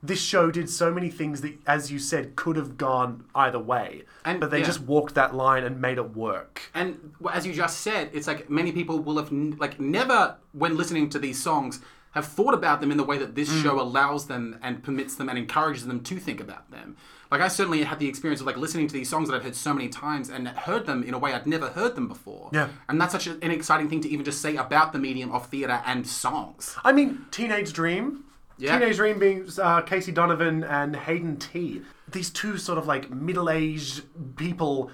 Speaker 2: this show did so many things that, as you said, could have gone either way,
Speaker 1: And-
Speaker 2: but they
Speaker 1: yeah.
Speaker 2: just walked that line and made it work.
Speaker 1: And w- as you just said, it's like many people will have n- like never, when listening to these songs, have thought about them in the way that this show allows them and permits them and encourages them to think about them. Like I certainly had the experience of like listening to these songs that I've heard so many times and heard them in a way I'd never heard them before.
Speaker 2: Yeah.
Speaker 1: And that's such a- an exciting thing to even just say about the medium of theatre and songs.
Speaker 2: I mean, Teenage Dream.
Speaker 1: Yeah.
Speaker 2: Teenage Dream being uh, Casey Donovan and Hayden T. These two sort of like middle aged people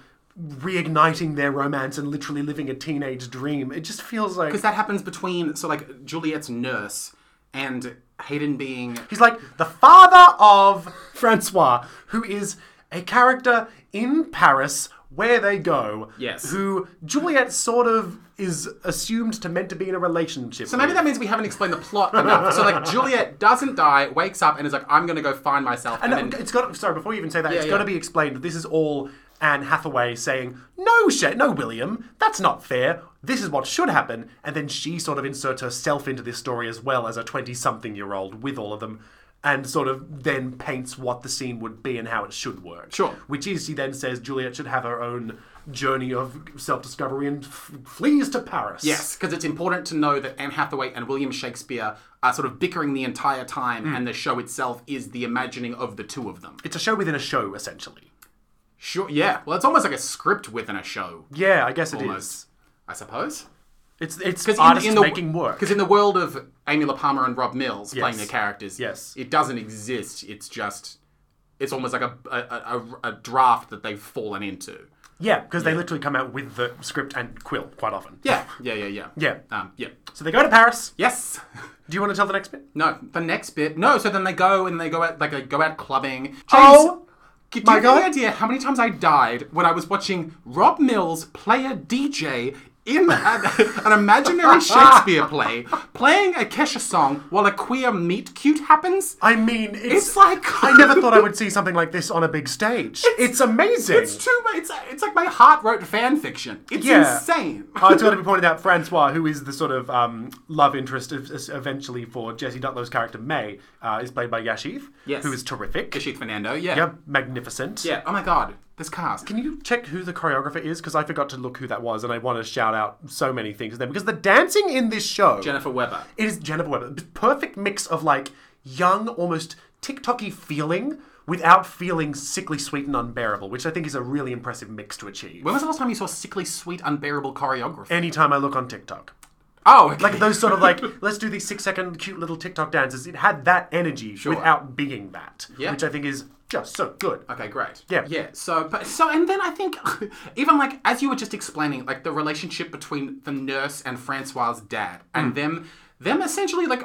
Speaker 2: reigniting their romance and literally living a teenage dream. It just feels like.
Speaker 1: Because that happens between, so like Juliet's nurse and Hayden being.
Speaker 2: He's like the father of Francois, who is a character in Paris where they go.
Speaker 1: Yes.
Speaker 2: Who Juliet sort of is assumed to meant to be in a relationship.
Speaker 1: So maybe that means we haven't explained the plot enough. So like Juliet doesn't die, wakes up, and is like, I'm gonna go find myself. And,
Speaker 2: And
Speaker 1: then,
Speaker 2: it's got. Sorry, before you even say that, it's
Speaker 1: yeah.
Speaker 2: got to be explained. that This is all Anne Hathaway saying, "No, Sha- no, William, that's not fair. This is what should happen." And then she sort of inserts herself into this story as well as a twenty-something-year-old with all of them, and sort of then paints what the scene would be and how it should work.
Speaker 1: Sure.
Speaker 2: Which is, she then says, Juliet should have her own journey of self-discovery and f- flees to Paris.
Speaker 1: yes, because it's important to know that Anne Hathaway and William Shakespeare are sort of bickering the entire
Speaker 2: Hmm.
Speaker 1: time, and the show itself is the imagining of the two of them.
Speaker 2: It's a show within a show, essentially.
Speaker 1: Sure. Yeah. Well, it's almost like a script within a show,
Speaker 2: Yeah, I guess it is.
Speaker 1: Almost. I suppose.
Speaker 2: It's it's
Speaker 1: Because
Speaker 2: artists making work.
Speaker 1: Because in the world of Amy LaPalmer and Rob Mills playing their characters,
Speaker 2: Yes.
Speaker 1: it doesn't exist. It's just, it's almost like a a, a, a draft that they've fallen into.
Speaker 2: Yeah, because they literally come out with the script and quill quite often.
Speaker 1: Yeah. Yeah. Yeah. Yeah.
Speaker 2: Yeah.
Speaker 1: Um, yeah.
Speaker 2: So they go to Paris.
Speaker 1: Yes.
Speaker 2: Do you want to tell the next bit?
Speaker 1: No. The next bit. No. So then they go and they go out like they go out clubbing. James,
Speaker 2: Oh,
Speaker 1: do you
Speaker 2: my
Speaker 1: have any
Speaker 2: God.
Speaker 1: idea how many times I died when I was watching Rob Mills play a DJ? In a- an imaginary Shakespeare play, playing a Kesha song while a queer meet cute happens?
Speaker 2: I mean, it's,
Speaker 1: It's like
Speaker 2: I never thought I would see something like this on a big stage. It's, amazing.
Speaker 1: It's too. It's it's like my heart wrote fan fiction. It's
Speaker 2: Yeah.
Speaker 1: insane.
Speaker 2: Uh, it's got to be pointed out, Francois, who is the sort of um, love interest of, is eventually for Jesse Dutlow's character May, uh, is played by Yashith,
Speaker 1: Yes.
Speaker 2: who is terrific.
Speaker 1: Sheath Fernando. Yeah.
Speaker 2: Yeah, magnificent.
Speaker 1: Yeah. Oh my god. This cast.
Speaker 2: Can you check who the choreographer is? Because I forgot to look who that was, and I want to shout out so many things to them. Because the dancing in this show,
Speaker 1: Jennifer Weber.
Speaker 2: it is Jennifer Weber. The Perfect mix of like young, almost TikToky feeling without feeling sickly sweet and unbearable, which I think is a really impressive mix to achieve.
Speaker 1: When was the last time you saw sickly sweet unbearable choreography?
Speaker 2: Anytime I look on TikTok.
Speaker 1: oh, okay.
Speaker 2: Eh, Like those sort of like, let's do these six second cute little TikTok dances. It had that energy without being that,
Speaker 1: Yeah.
Speaker 2: which I think is just so good.
Speaker 1: Okay, great.
Speaker 2: Yeah.
Speaker 1: Yeah. So, but so, and then I think, even like as you were just explaining, like the relationship between the nurse and Francois's dad, and them, them essentially like,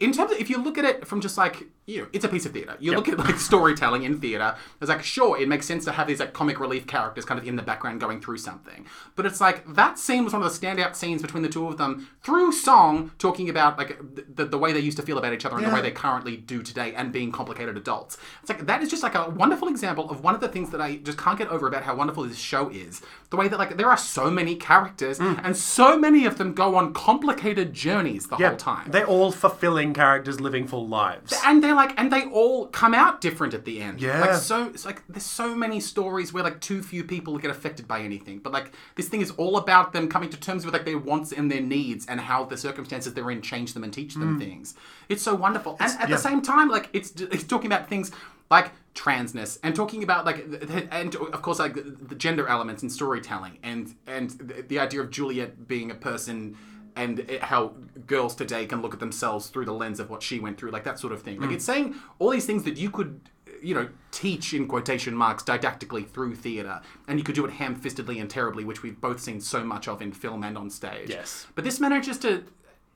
Speaker 1: in terms of if you look at it from just like you know, it's a piece of theater. You look at like storytelling in theater. It's like sure, it makes sense to have these like comic relief characters kind of in the background going through something, but it's like that scene was one of the standout scenes between the two of them through song, talking about like the, the way they used to feel about each other and the way they currently do today and being complicated adults. It's like that is just like a wonderful example of one of the things that I just can't get over about how wonderful this show is. The way that like there are so many characters and so many of them go on complicated journeys the whole time.
Speaker 2: They're all fulfilling characters living full lives.
Speaker 1: and they like and they all come out different at the end.
Speaker 2: Yeah.
Speaker 1: Like so it's like there's so many stories where like too few people get affected by anything. But like this thing is all about them coming to terms with like their wants and their needs and how the circumstances they're in change them and teach them things. It's so wonderful. And at the same time like it's it's talking about things like transness and talking about like th- th- and of course like the- the gender elements in storytelling and and the- the idea of Juliet being a person and it- how girls today can look at themselves through the lens of what she went through, like that sort of thing. Like it's saying all these things that you could, you know, teach in quotation marks didactically through theatre, and you could do it ham fistedly and terribly, which we've both seen so much of in film and on stage.
Speaker 2: Yes.
Speaker 1: But this manages to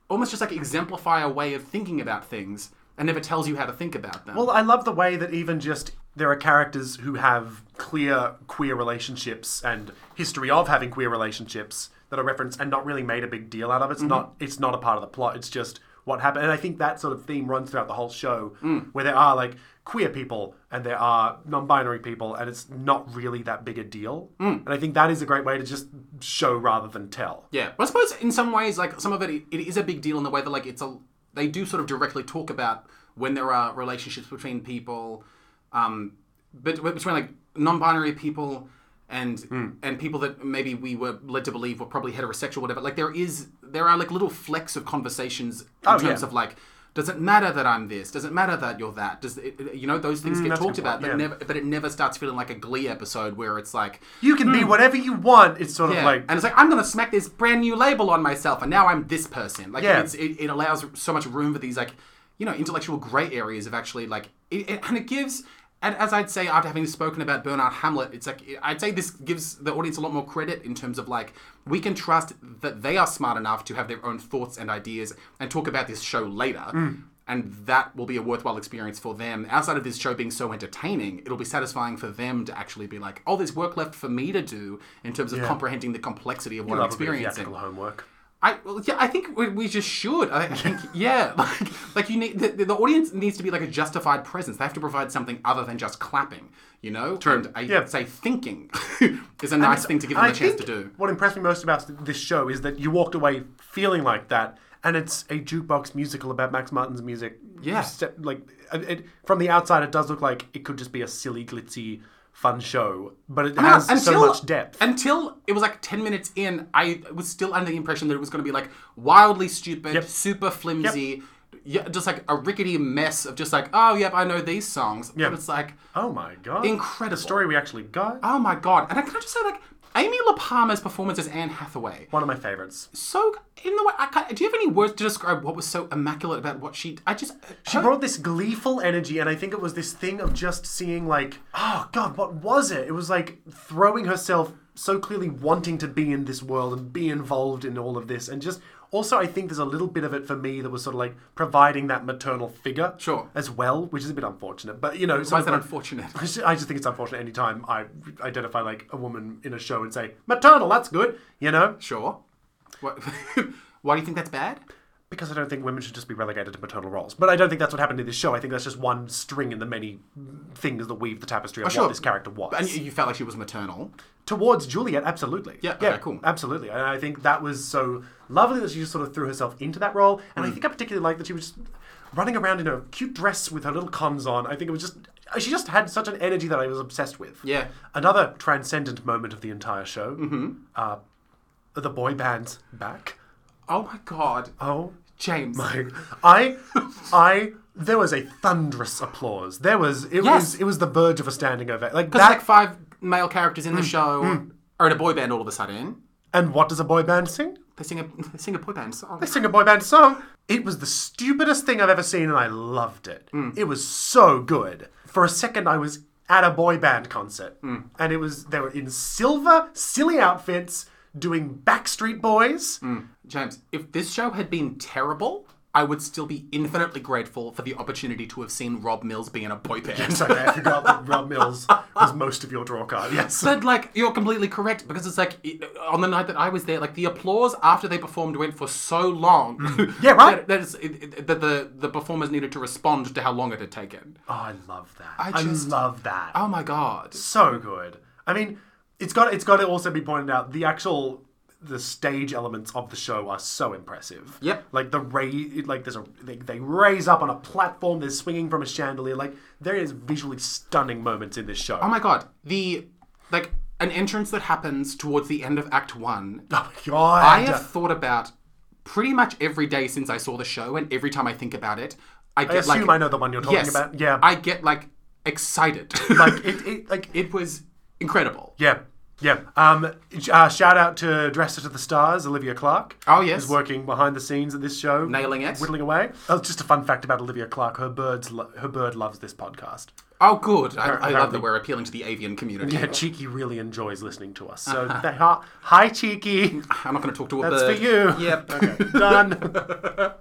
Speaker 1: almost just like exemplify a way of thinking about things and never tells you how to think about them.
Speaker 2: Well, I love the way that even just there are characters who have clear queer relationships and history of having queer relationships that are referenced and not really made a big deal out of. It's
Speaker 1: Mm-hmm.
Speaker 2: not it's not a part of the plot. It's just what happened. And I think that sort of theme runs throughout the whole show
Speaker 1: Mm.
Speaker 2: where there are like queer people and there are non-binary people and it's not really that big a deal. And I think that is a great way to just show rather than tell.
Speaker 1: Mm. Yeah, but I suppose in some ways, like some of it, it is a big deal in the way that like it's a they do sort of directly talk about when there are relationships between people, um, but but between like non-binary people and
Speaker 2: Hmm.
Speaker 1: and people that maybe we were led to believe were probably heterosexual, whatever. Like there is there are like little flecks of conversations in terms
Speaker 2: Oh, yeah.
Speaker 1: of like. Does it matter that I'm this? Does it matter that you're that? Does it, it- you know those things get
Speaker 2: Hmm, that's a
Speaker 1: talked
Speaker 2: good
Speaker 1: about,
Speaker 2: point,
Speaker 1: but
Speaker 2: yeah.
Speaker 1: never, but it never starts feeling like a Glee episode where it's like,
Speaker 2: You can be whatever you want. It's sort
Speaker 1: Mm. yeah.
Speaker 2: of like
Speaker 1: and it's like I'm gonna smack this brand new label on myself, and now I'm this person. Like
Speaker 2: Yeah.
Speaker 1: it's, it, it allows so much room for these like you know intellectual gray areas of actually like it, it- and it gives. And as I'd say, after having spoken about Bernard Hamlet, it's like I'd say this gives the audience a lot more credit in terms of like we can trust that they are smart enough to have their own thoughts and ideas and talk about this show later,
Speaker 2: Mm.
Speaker 1: and that will be a worthwhile experience for them. Outside of this show being so entertaining, it'll be satisfying for them to actually be like, oh, there's work left for me to do in terms of comprehending the complexity of what I'm
Speaker 2: love a bit of
Speaker 1: experiencing.
Speaker 2: theatrical homework.
Speaker 1: I well, yeah, I think we, we just should. I, I think yeah, like like you need the, the audience needs to be like a justified presence. They have to provide something other than just clapping, you know. True. And I
Speaker 2: Yeah.
Speaker 1: say thinking is a nice thing to give them
Speaker 2: I
Speaker 1: a chance to
Speaker 2: think
Speaker 1: do.
Speaker 2: What impressed me most about th- this show is that you walked away feeling like that, and it's a jukebox musical about Max Martin's music.
Speaker 1: Yeah.
Speaker 2: Step- like it, it- from the outside, it does look like it could just be a silly, glitzy, fun show, but it has so much depth.
Speaker 1: Until it was like 10 minutes in, I was still under the impression that it was going to be like wildly stupid, super flimsy, yeah, just like a rickety mess of just like, oh, yep, I know these songs.
Speaker 2: Yeah.
Speaker 1: But it's like,
Speaker 2: Oh my god.
Speaker 1: Incredible.
Speaker 2: The story we actually got.
Speaker 1: oh my God. And I can I just say, like, Amy La Palmer's performance as Anne Hathaway.
Speaker 2: One of my favorites.
Speaker 1: So, in the way, I can't, do you have any words to describe what was so immaculate about what she, I just,
Speaker 2: She brought this gleeful energy, and I think it was this thing of just seeing, like, oh god, what was it? It was like throwing herself so clearly wanting to be in this world and be involved in all of this, and just. Also, I think there's a little bit of it for me that was sort of like providing that maternal figure,
Speaker 1: Sure.
Speaker 2: as well, which is a bit unfortunate. But you know,
Speaker 1: why is that unfortunate?
Speaker 2: I just, I just think it's unfortunate any time I identify like a woman in a show and say maternal. That's good, you know,
Speaker 1: Sure. What, why do you think that's bad?
Speaker 2: because I don't think women should just be relegated to maternal roles. But I don't think that's what happened in this show. I think that's just one string in the many things that weave the tapestry of
Speaker 1: Oh, sure.
Speaker 2: what this character was.
Speaker 1: And you you felt like she was maternal.
Speaker 2: Towards Juliet, absolutely.
Speaker 1: Yeah, okay, cool.
Speaker 2: Absolutely. And I think that was so lovely that she just sort of threw herself into that role. And
Speaker 1: Hmm.
Speaker 2: I think I particularly liked that she was just running around in a cute dress with her little cons on. I think it was just. uh, She just had such an energy that I was obsessed with.
Speaker 1: Yeah.
Speaker 2: Another transcendent moment of the entire show. Mm-hmm. Uh, the boy band's back.
Speaker 1: Oh my God.
Speaker 2: Oh
Speaker 1: James.
Speaker 2: I, I, there was a thunderous applause. There was it
Speaker 1: Yes.
Speaker 2: was it was the verge of a standing ovation. Like
Speaker 1: There's
Speaker 2: that.
Speaker 1: like five male characters in the show are in a boy band all of a sudden.
Speaker 2: and what does a boy band sing?
Speaker 1: They sing a they sing a boy band song.
Speaker 2: They sing a boy band song. It was the stupidest thing I've ever seen, and I loved it.
Speaker 1: Hmm.
Speaker 2: It was so good. For a second, I was at a boy band concert,
Speaker 1: Hmm.
Speaker 2: and it was they were in silver, silly outfits doing Backstreet Boys.
Speaker 1: Hmm. James, if this show had been terrible, I would still be infinitely grateful for the opportunity to have seen Rob Mills be in a boy band.
Speaker 2: Sorry, I forgot that Rob Mills was most of your draw card. Yes.
Speaker 1: But like you're completely correct because it's like it- on the night that I was there, like the applause after they performed went for so long.
Speaker 2: Mm. Yeah, right.
Speaker 1: That, that, is, it, it- that the the performers needed to respond to how long it had taken.
Speaker 2: Oh, I love that. I,
Speaker 1: just-
Speaker 2: love that.
Speaker 1: Oh my god!
Speaker 2: so good. I mean, it's got it's got to also be pointed out the actual the stage elements of the show are so impressive.
Speaker 1: Yep.
Speaker 2: Like the raise, like there's a they, they raise up on a platform. They're swinging from a chandelier. Like there is visually stunning moments in this show.
Speaker 1: Oh my god! The like an entrance that happens towards the end of Act One.
Speaker 2: Oh my god!
Speaker 1: I have thought about pretty much every day since I saw the show, and every time I think about it, I get
Speaker 2: assume
Speaker 1: like
Speaker 2: I know the one you're talking
Speaker 1: yes,
Speaker 2: about. Yeah.
Speaker 1: I get like excited.
Speaker 2: like it, it like
Speaker 1: it was incredible.
Speaker 2: yeah. Yeah. Um, uh, shout out to Dresser to the Stars, Olivia Clark.
Speaker 1: Oh yes,
Speaker 2: is working behind the scenes at this show,
Speaker 1: Nailing it.
Speaker 2: whittling away. Oh, just a fun fact about Olivia Clark: her birds, lo- her bird loves this podcast.
Speaker 1: Oh, good. I, I love that we're appealing to the avian community.
Speaker 2: Yeah, Cheeky really enjoys listening to us. So, they are- hi, Cheeky.
Speaker 1: I'm not going to talk to a
Speaker 2: That's
Speaker 1: bird.
Speaker 2: for you.
Speaker 1: Uh, Yep.
Speaker 2: Okay, done.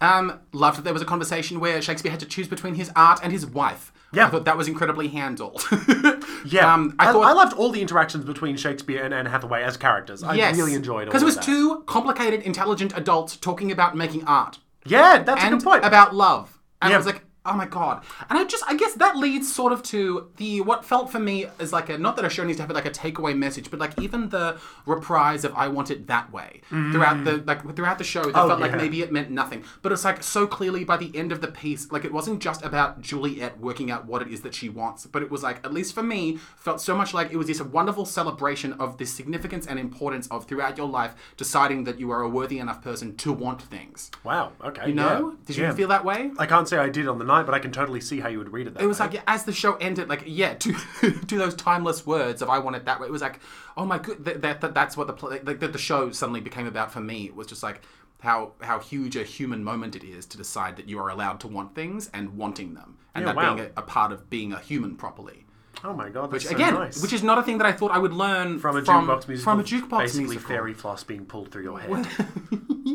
Speaker 1: Um, loved that there was a conversation where Shakespeare had to choose between his art and his wife.
Speaker 2: Yeah.
Speaker 1: I thought that was incredibly handled.
Speaker 2: Yeah,
Speaker 1: Um, I
Speaker 2: I,
Speaker 1: thought.
Speaker 2: I loved all the interactions between Shakespeare and Anne Hathaway as characters. I
Speaker 1: yes.
Speaker 2: really enjoyed all
Speaker 1: Because it
Speaker 2: of
Speaker 1: was
Speaker 2: that.
Speaker 1: two complicated, intelligent adults talking about making art
Speaker 2: Yeah, that's a
Speaker 1: and
Speaker 2: good point.
Speaker 1: about love. And I
Speaker 2: Yeah.
Speaker 1: was like, oh my god. And I just, I guess that leads sort of to the what felt for me is like a not that a show needs to have like a takeaway message, but like even the reprise of "I Want It That Way" throughout the like throughout the show, that felt like
Speaker 2: Oh, yeah.
Speaker 1: maybe it meant nothing, but it's like so clearly by the end of the piece, like it wasn't just about Juliet working out what it is that she wants, but it was like at least for me felt so much like it was this wonderful celebration of the significance and importance of throughout your life deciding that you are a worthy enough person to want things.
Speaker 2: wow. Okay.
Speaker 1: No?
Speaker 2: yeah.
Speaker 1: Did you
Speaker 2: Yeah.
Speaker 1: feel that way?
Speaker 2: I can't say I did on the night, but I can totally see how you would read it. That
Speaker 1: It was like yeah, as the show ended, like yeah, to to those timeless words of "I want it that way." It was like, oh my good, that, that, that that's what the pl- like, that the show suddenly became about for me. It was just like how how huge a human moment it is to decide that you are allowed to want things and wanting them, and
Speaker 2: Yeah,
Speaker 1: that
Speaker 2: wow.
Speaker 1: being a, a part so being a human properly.
Speaker 2: oh my god, that's so
Speaker 1: Again,
Speaker 2: nice.
Speaker 1: which is not a thing that I thought I would learn
Speaker 2: from a jukebox musical,
Speaker 1: From a jukebox
Speaker 2: basically
Speaker 1: musical.
Speaker 2: fairy floss being pulled through your head.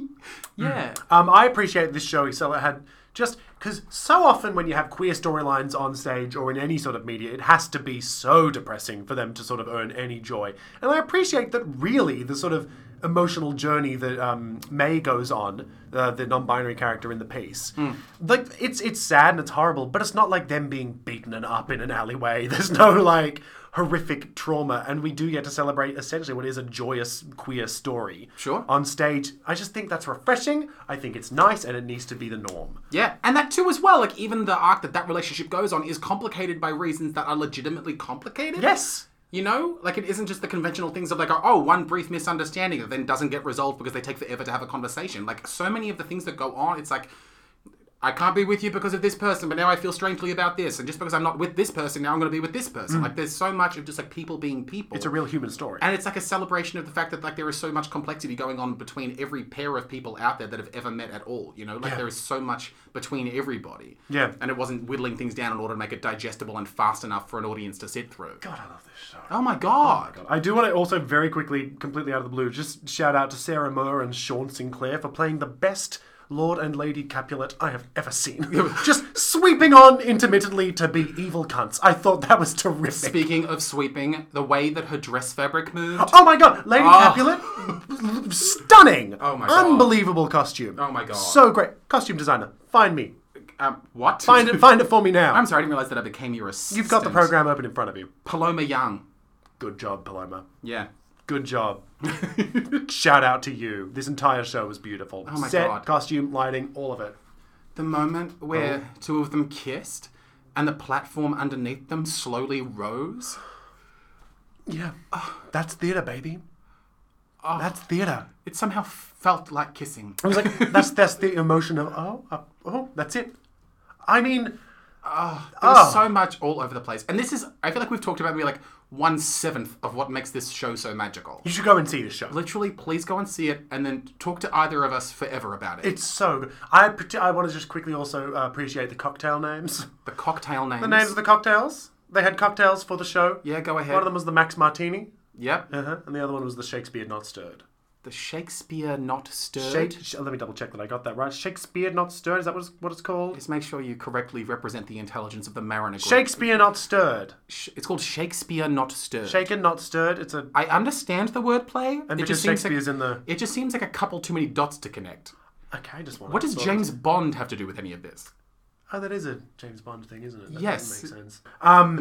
Speaker 1: yeah.
Speaker 2: Um, I appreciate this show, so it had just because so often when you have queer storylines on stage or in any sort of media, it has to be so depressing for them to sort of earn any joy. And I appreciate that really the sort of emotional journey that um, May goes on, uh, the non-binary character in the piece, like it's it's sad and it's horrible, but it's not like them being beaten and up in an alleyway. There's no like horrific trauma, and we do get to celebrate essentially what is a joyous queer story
Speaker 1: Sure.
Speaker 2: on stage. I just think that's refreshing. I think it's nice, and it needs to be the norm.
Speaker 1: Yeah, and that too as well. Like even the arc that that relationship goes on is complicated by reasons that are legitimately complicated.
Speaker 2: Yes.
Speaker 1: You know, like it isn't just the conventional things of like, oh, one brief misunderstanding that then doesn't get resolved because they take forever to have a conversation. Like so many of the things that go on, it's like I can't be with you because of this person, but now I feel strangely about this. And just because I'm not with this person, now I'm going to be with this person. Like, there's so much of just like people being people.
Speaker 2: Mm. It's a real human story.
Speaker 1: and it's like a celebration of the fact that like there is so much complexity going on between every pair of people out there that have ever met at all. You know, like there is so much between everybody.
Speaker 2: Yeah.
Speaker 1: And it wasn't whittling things down in order to make it digestible and fast enough for an audience to sit through.
Speaker 2: God, I love this show.
Speaker 1: Oh my god.
Speaker 2: I do want to also very quickly, completely out of the blue, just shout out to Sarah Moore and Sean Sinclair for playing the best Lord and Lady Capulet I have ever seen. just sweeping on intermittently to be evil cunts. I thought that was terrific.
Speaker 1: Speaking of sweeping, the way that her dress fabric moved.
Speaker 2: Oh my god, Lady Capulet, stunning,
Speaker 1: Ah. Oh my God.
Speaker 2: unbelievable costume.
Speaker 1: Oh my God.
Speaker 2: so great costume designer. Find me,
Speaker 1: Um, what?
Speaker 2: Oh. find it, find it for me now.
Speaker 1: I'm sorry, I didn't realize that I became your assistant.
Speaker 2: You've got the program open in front of you.
Speaker 1: Paloma Young.
Speaker 2: Good job, Paloma.
Speaker 1: Yeah.
Speaker 2: Good job. Shout out to you. This entire show was beautiful.
Speaker 1: Oh my
Speaker 2: Set,
Speaker 1: God.
Speaker 2: costume, lighting, all of it.
Speaker 1: The moment where
Speaker 2: Oh.
Speaker 1: two of them kissed and the platform underneath them slowly rose.
Speaker 2: Yeah. That's theatre, baby.
Speaker 1: Ah.
Speaker 2: That's theatre.
Speaker 1: It somehow felt like kissing.
Speaker 2: I was like, that's that's the emotion of oh, uh, oh, that's it. I mean,
Speaker 1: There
Speaker 2: Ah.
Speaker 1: was so much all over the place. And this is, I feel like we've talked about maybe like one seventh of what makes this show so magical.
Speaker 2: you should go and see this show.
Speaker 1: Literally, please go and see it and then talk to either of us forever about it.
Speaker 2: It's so good. I pret- I want to just quickly also uh, appreciate the cocktail names.
Speaker 1: the cocktail names.
Speaker 2: The names of the cocktails. They had cocktails for the show.
Speaker 1: Yeah, go ahead.
Speaker 2: One of them was the Max Martini,
Speaker 1: Yep.
Speaker 2: uh-huh, and the other one was the Shakespeare Not Stirred.
Speaker 1: The Shakespeare Not Stirred.
Speaker 2: Shake, sh- let me double check that I got that right. Shakespeare Not Stirred, is that what it's, what it's called?
Speaker 1: Just make sure you correctly represent the intelligence of the Mariner Group.
Speaker 2: Shakespeare Not Stirred.
Speaker 1: Sh- it's called Shakespeare Not Stirred.
Speaker 2: Shaken Not Stirred, it's a.
Speaker 1: I understand the wordplay.
Speaker 2: And
Speaker 1: it
Speaker 2: because
Speaker 1: just seems like
Speaker 2: Shakespeare's in the.
Speaker 1: it just seems like a couple too many dots to connect.
Speaker 2: Okay, I just want
Speaker 1: What does James Bond have to do with any of this?
Speaker 2: Oh, that is a James Bond thing, isn't it? That
Speaker 1: Yes.
Speaker 2: doesn't make sense. Um,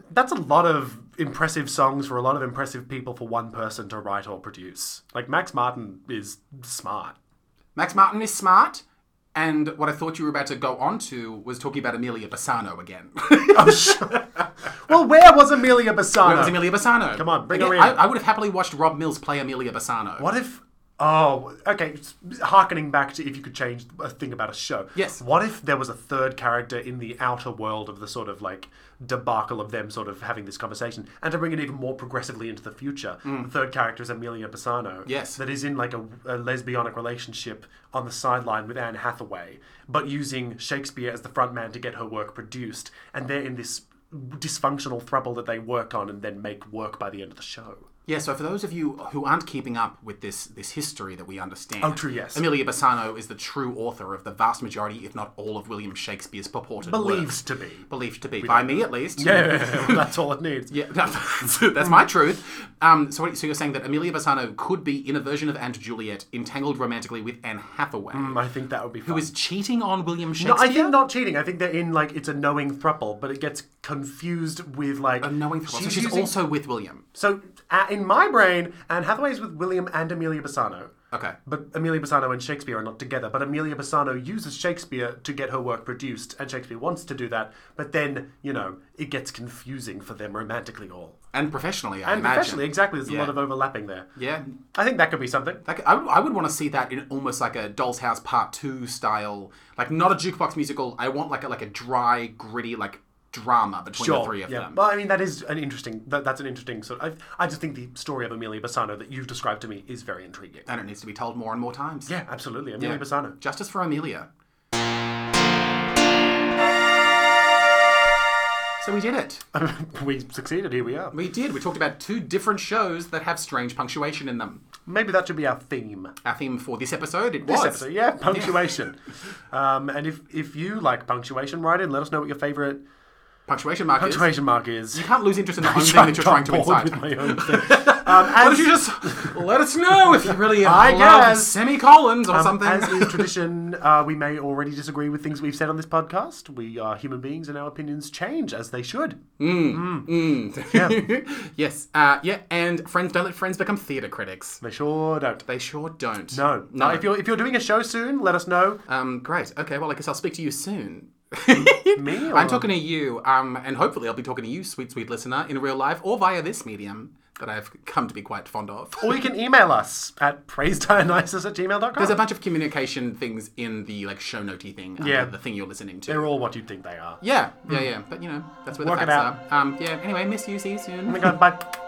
Speaker 2: that's a lot of impressive songs for a lot of impressive people for one person to write or produce. Like, Max Martin is smart.
Speaker 1: Max Martin is smart, and what I thought you were about to go on to was talking about Amelia Bassano again. it
Speaker 2: Oh, sure. well, where was Amelia
Speaker 1: was
Speaker 2: Bassano?
Speaker 1: Amelia Bassano. Come
Speaker 2: Oh. on, bring her
Speaker 1: I,
Speaker 2: in.
Speaker 1: I would have happily watched Rob Mills play Amelia Bassano.
Speaker 2: What if? Oh, okay. s- Harkening back to if you could change a thing about a show.
Speaker 1: Yes.
Speaker 2: What if there was a third character in the outer world of the sort of like debacle of them sort of having this conversation, and to bring it even more progressively into the future, the third character is Amelia Bassano.
Speaker 1: Mm. Yes.
Speaker 2: That is in like a, a lesbianic relationship on the sideline with Anne Hathaway, but using Shakespeare as the front man to get her work produced, and they're in this dysfunctional throuple that they work on and then make work by the end of the show.
Speaker 1: Yeah, so for those of you who aren't keeping up with this this history that we understand, oh,
Speaker 2: true, yes.
Speaker 1: Amelia Bassano is the true author of the vast majority, if not all, of William Shakespeare's purported works.
Speaker 2: Believed to be.
Speaker 1: Believed to be by me, at least.
Speaker 2: Yeah, that's all it needs.
Speaker 1: Yeah, that's, that's my truth. Um, so, what- so you're saying that Amelia Bassano could be in a version of Anne to Juliet, entangled romantically with Anne Hathaway,
Speaker 2: Mm, I think that would be fun.
Speaker 1: who is cheating on William
Speaker 2: No, I
Speaker 1: Shakespeare.
Speaker 2: think not cheating. I think they're in like it's a knowing throuple, but it gets confused with like
Speaker 1: knowing Thrall. so
Speaker 2: she's
Speaker 1: she's
Speaker 2: using-
Speaker 1: also with William.
Speaker 2: So uh, in my brain, Anne Hathaway's with William and Amelia Bassano.
Speaker 1: Okay.
Speaker 2: But Amelia Bassano and Shakespeare are not together. But Amelia Bassano uses Shakespeare to get her work produced, and Shakespeare wants to do that. But then you know it gets confusing for them romantically all
Speaker 1: And professionally, I
Speaker 2: and
Speaker 1: imagine.
Speaker 2: professionally. Exactly, there's a lot
Speaker 1: Yeah.
Speaker 2: of overlapping there.
Speaker 1: Yeah.
Speaker 2: I think that could be something.
Speaker 1: Like, I, would- I would want to see that in almost like a Doll's House Part 2 style, like not a jukebox musical. I want like a, like a dry, gritty, like drama between the three of
Speaker 2: yeah.
Speaker 1: them.
Speaker 2: Well, I mean, that is an interesting. That, that's an interesting sort. Of, I, I just think the story of Amelia Bassano that you've described to me is very intriguing.
Speaker 1: And it needs to be told more and more times.
Speaker 2: Yeah, absolutely, Amelia Bassano.
Speaker 1: Justice for Amelia. So we did it.
Speaker 2: we succeeded. Here we are.
Speaker 1: We did. We talked about two different shows that have strange punctuation in them.
Speaker 2: Maybe that should be our theme.
Speaker 1: Our theme for this episode, it
Speaker 2: This
Speaker 1: was.
Speaker 2: episode, yeah, punctuation. um, and if if you like punctuation, write in. Let us know what your favorite
Speaker 1: Punctuation mark is.
Speaker 2: punctuation mark is.
Speaker 1: You can't lose interest in the own thing that you're trying to
Speaker 2: I'm bored
Speaker 1: incite.
Speaker 2: with my own thing. Um,
Speaker 1: Why don't you just let us know if you really I love
Speaker 2: guess. Um,
Speaker 1: semicolons or something?
Speaker 2: As is tradition, uh, we may already disagree with things we've said on this podcast. We are human beings, and our opinions change as they should.
Speaker 1: yes. Uh, yeah. And friends don't let friends become theatre critics.
Speaker 2: They sure don't.
Speaker 1: They sure don't.
Speaker 2: No, no.
Speaker 1: No.
Speaker 2: if you're if you're doing a show soon, let us know.
Speaker 1: Um, great. Okay. Well, I guess I'll speak to you soon.
Speaker 2: Me or
Speaker 1: I'm talking to you, um, and hopefully I'll be talking to you, sweet, sweet listener, in real life or via this medium. that I've come to be quite fond of.
Speaker 2: Or you can email us at praisedionysus at gmail.com.
Speaker 1: There's a bunch of communication things in the like show notey thing, under
Speaker 2: Yeah.
Speaker 1: the thing you're listening to.
Speaker 2: They're all what you'd think they are.
Speaker 1: yeah, yeah, yeah. But you know, that's where
Speaker 2: Hmm. Work
Speaker 1: the
Speaker 2: it
Speaker 1: facts are. Um, yeah. Anyway, miss you. See you soon.
Speaker 2: Oh my god, bye.